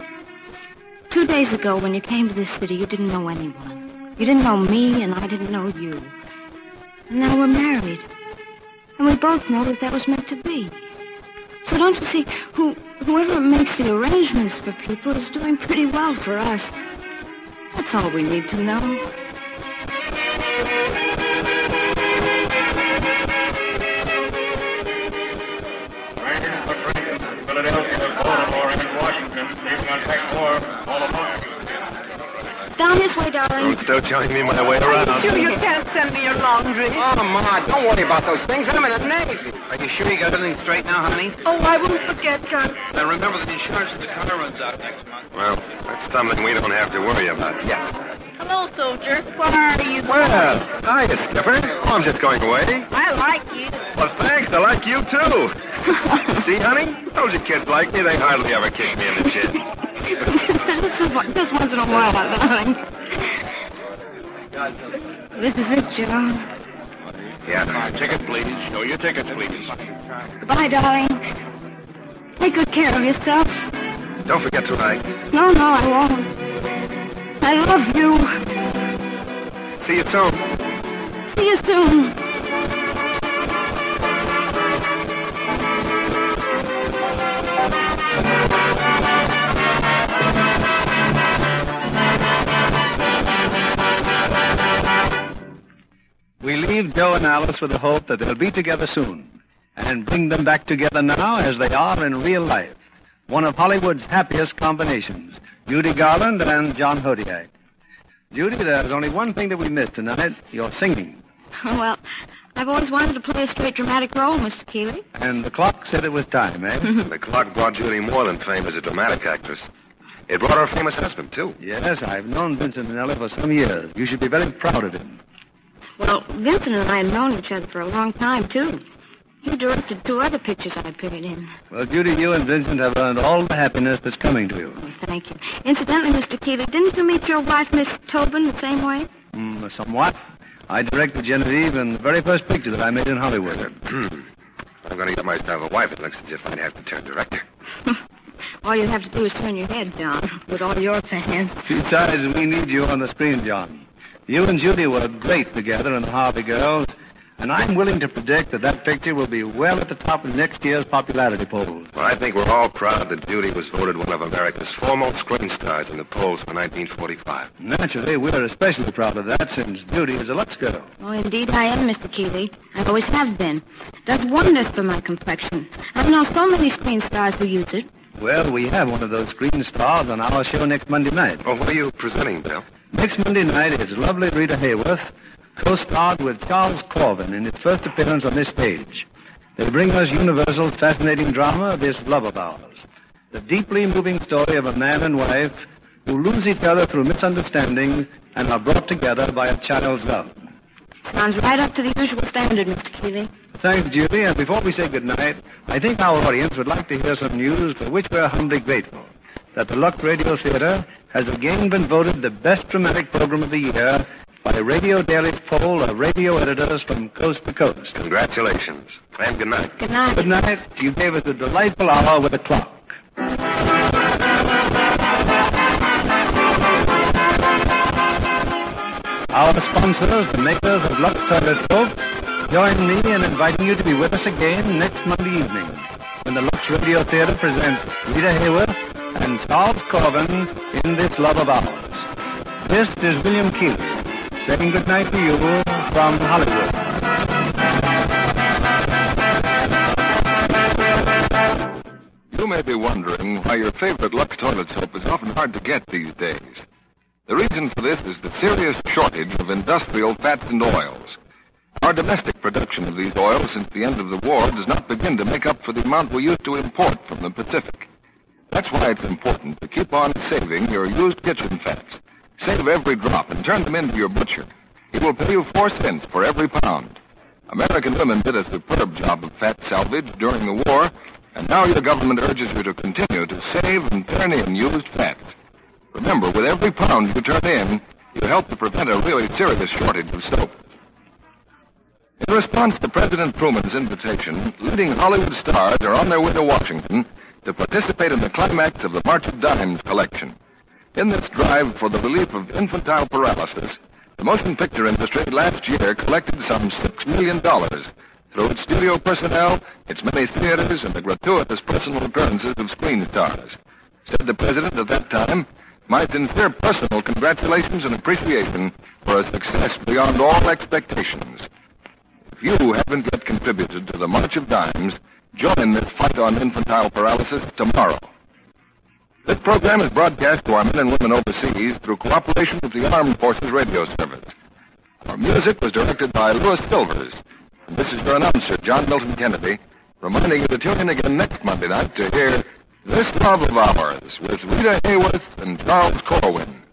Speaker 10: Two days ago, when you came to this city, you didn't know anyone. You didn't know me, and I didn't know you. And now we're married. And we both know that that was meant to be. So don't you see, who, whoever makes the arrangements for people is doing pretty well for us. That's all we need to know.
Speaker 25: Philadelphia, Baltimore, and Washington
Speaker 10: Down this way, darling.
Speaker 6: Don't join me my way around.
Speaker 9: Sure
Speaker 19: you can't send me your laundry.
Speaker 9: Oh, Ma, don't worry about those things. I'm in a Navy.
Speaker 8: Are you sure you got everything straight now, honey?
Speaker 13: Oh, I won't forget, Gus.
Speaker 8: Now remember that insurance for the car runs out next month.
Speaker 6: Well, that's something we don't have to worry about yet.
Speaker 1: Hello, soldier. What are you?
Speaker 6: Well, hiya, Skipper. Oh, I'm just going away.
Speaker 1: I like you. [laughs]
Speaker 6: Well, thanks. I like you,
Speaker 10: [laughs]
Speaker 6: too. See, honey? Those you kids like me. They hardly ever kick me in the chin.
Speaker 1: this, is one, this once in a while, darling. This is it, Joe.
Speaker 7: Yeah. Ticket, please. Show your ticket, please.
Speaker 1: Goodbye, darling. Take good care of yourself.
Speaker 6: Don't forget to like.
Speaker 1: No, no, I won't. I love you.
Speaker 6: See you soon.
Speaker 1: See you soon.
Speaker 5: We leave Joe and Alice with the hope that they'll be together soon and bring them back together now as they are in real life. One of Hollywood's happiest combinations, Judy Garland and John Hodiak. Judy, there's only one thing that we missed tonight your singing.
Speaker 10: Oh, well, I've always wanted to play a straight dramatic role, Mr. Keeley.
Speaker 5: And the clock said it was time, eh?
Speaker 6: [laughs] the clock brought Judy more than fame as a dramatic actress. It brought her famous husband, too.
Speaker 5: Yes, I've known Vincent Minnelli for some years. You should be very proud of him.
Speaker 10: Well, Vincent and I have known each other for a long time, too. He directed two other pictures I appeared in.
Speaker 5: Well, Judy, you and Vincent have earned all the happiness that's coming to you.
Speaker 10: Thank you. Incidentally, Mr. Keeley, didn't you meet your wife, Miss Tobin, the same way?
Speaker 5: Mm, somewhat. I directed Genevieve in the very first picture that I made in Hollywood.
Speaker 6: [clears throat] I'm going to get myself a wife. It looks as if I'd have to turn director.
Speaker 10: All you have to do is turn your head down with all your fans.
Speaker 5: Besides, we need you on the screen, John. You and Judy were great together in Harvey Girls, and I'm willing to predict that that picture will be well at the top of next year's popularity polls.
Speaker 6: Well, I think we're all proud that Judy was voted one of America's foremost screen stars in the polls for 1945.
Speaker 5: Naturally, we're especially proud of that since Judy is a Lux girl.
Speaker 10: Oh, indeed I am, Mr. Keeley. I always have been. Does wonders for my complexion. I've known so many screen stars who use it.
Speaker 5: Well, we have one of those screen stars on our show next Monday night.
Speaker 6: Oh, what are you presenting, Bill?
Speaker 5: Next Monday night is lovely Rita Hayworth, co-starred with Charles Corvin in his first appearance on this stage. They bring us Universal's fascinating drama, This Love of Ours. The deeply moving story of a man and wife who lose each other through misunderstanding and are brought together by a child's love.
Speaker 10: Sounds right up to the usual standard, Mr. Keeley.
Speaker 5: Thanks, Judy, and before we say goodnight, I think our audience would like to hear some news for which we're humbly grateful. That the Lux Radio Theater has again been voted the best dramatic program of the year by Radio Daily's poll of radio editors from coast to coast.
Speaker 6: Congratulations. And good night.
Speaker 10: Good night.
Speaker 5: Good night. You gave us a delightful hour with a clock. Our sponsors, the makers of Lux Telescope, join me in inviting you to be with us again next Monday evening when the Lux Radio Theater presents Rita Hayworth and Charles Corbin in This Love of Ours. This is William Keeley saying goodnight to you from Hollywood.
Speaker 17: You may be wondering why your favorite Lux toilet soap is often hard to get these days. The reason for this is the serious shortage of industrial fats and oils. Our domestic production of these oils since the end of the war does not begin to make up for the amount we used to import from the Pacific. That's why it's important to keep on saving your used kitchen fats. Save every drop and turn them into your butcher. He will pay you four cents for every pound. American women did a superb job of fat salvage during the war, and now your government urges you to continue to save and turn in used fats. Remember, with every pound you turn in, you help to prevent a really serious shortage of soap. In response to President Truman's invitation, leading Hollywood stars are on their way to Washington to participate in the climax of the March of Dimes collection. In this drive for the relief of infantile paralysis, the motion picture industry last year collected some $6 million through its studio personnel, its many theaters, and the gratuitous personal appearances of screen stars. Said the president at that time, my sincere personal congratulations and appreciation for a success beyond all expectations. If you haven't yet contributed to the March of Dimes, join this fight on infantile paralysis tomorrow. This program is broadcast to our men and women overseas through cooperation with the Armed Forces Radio Service. Our music was directed by Louis Silvers. And this is your announcer, John Milton Kennedy, reminding you to tune in again next Monday night to hear This Love of Ours with Rita Hayworth and Charles Corwin.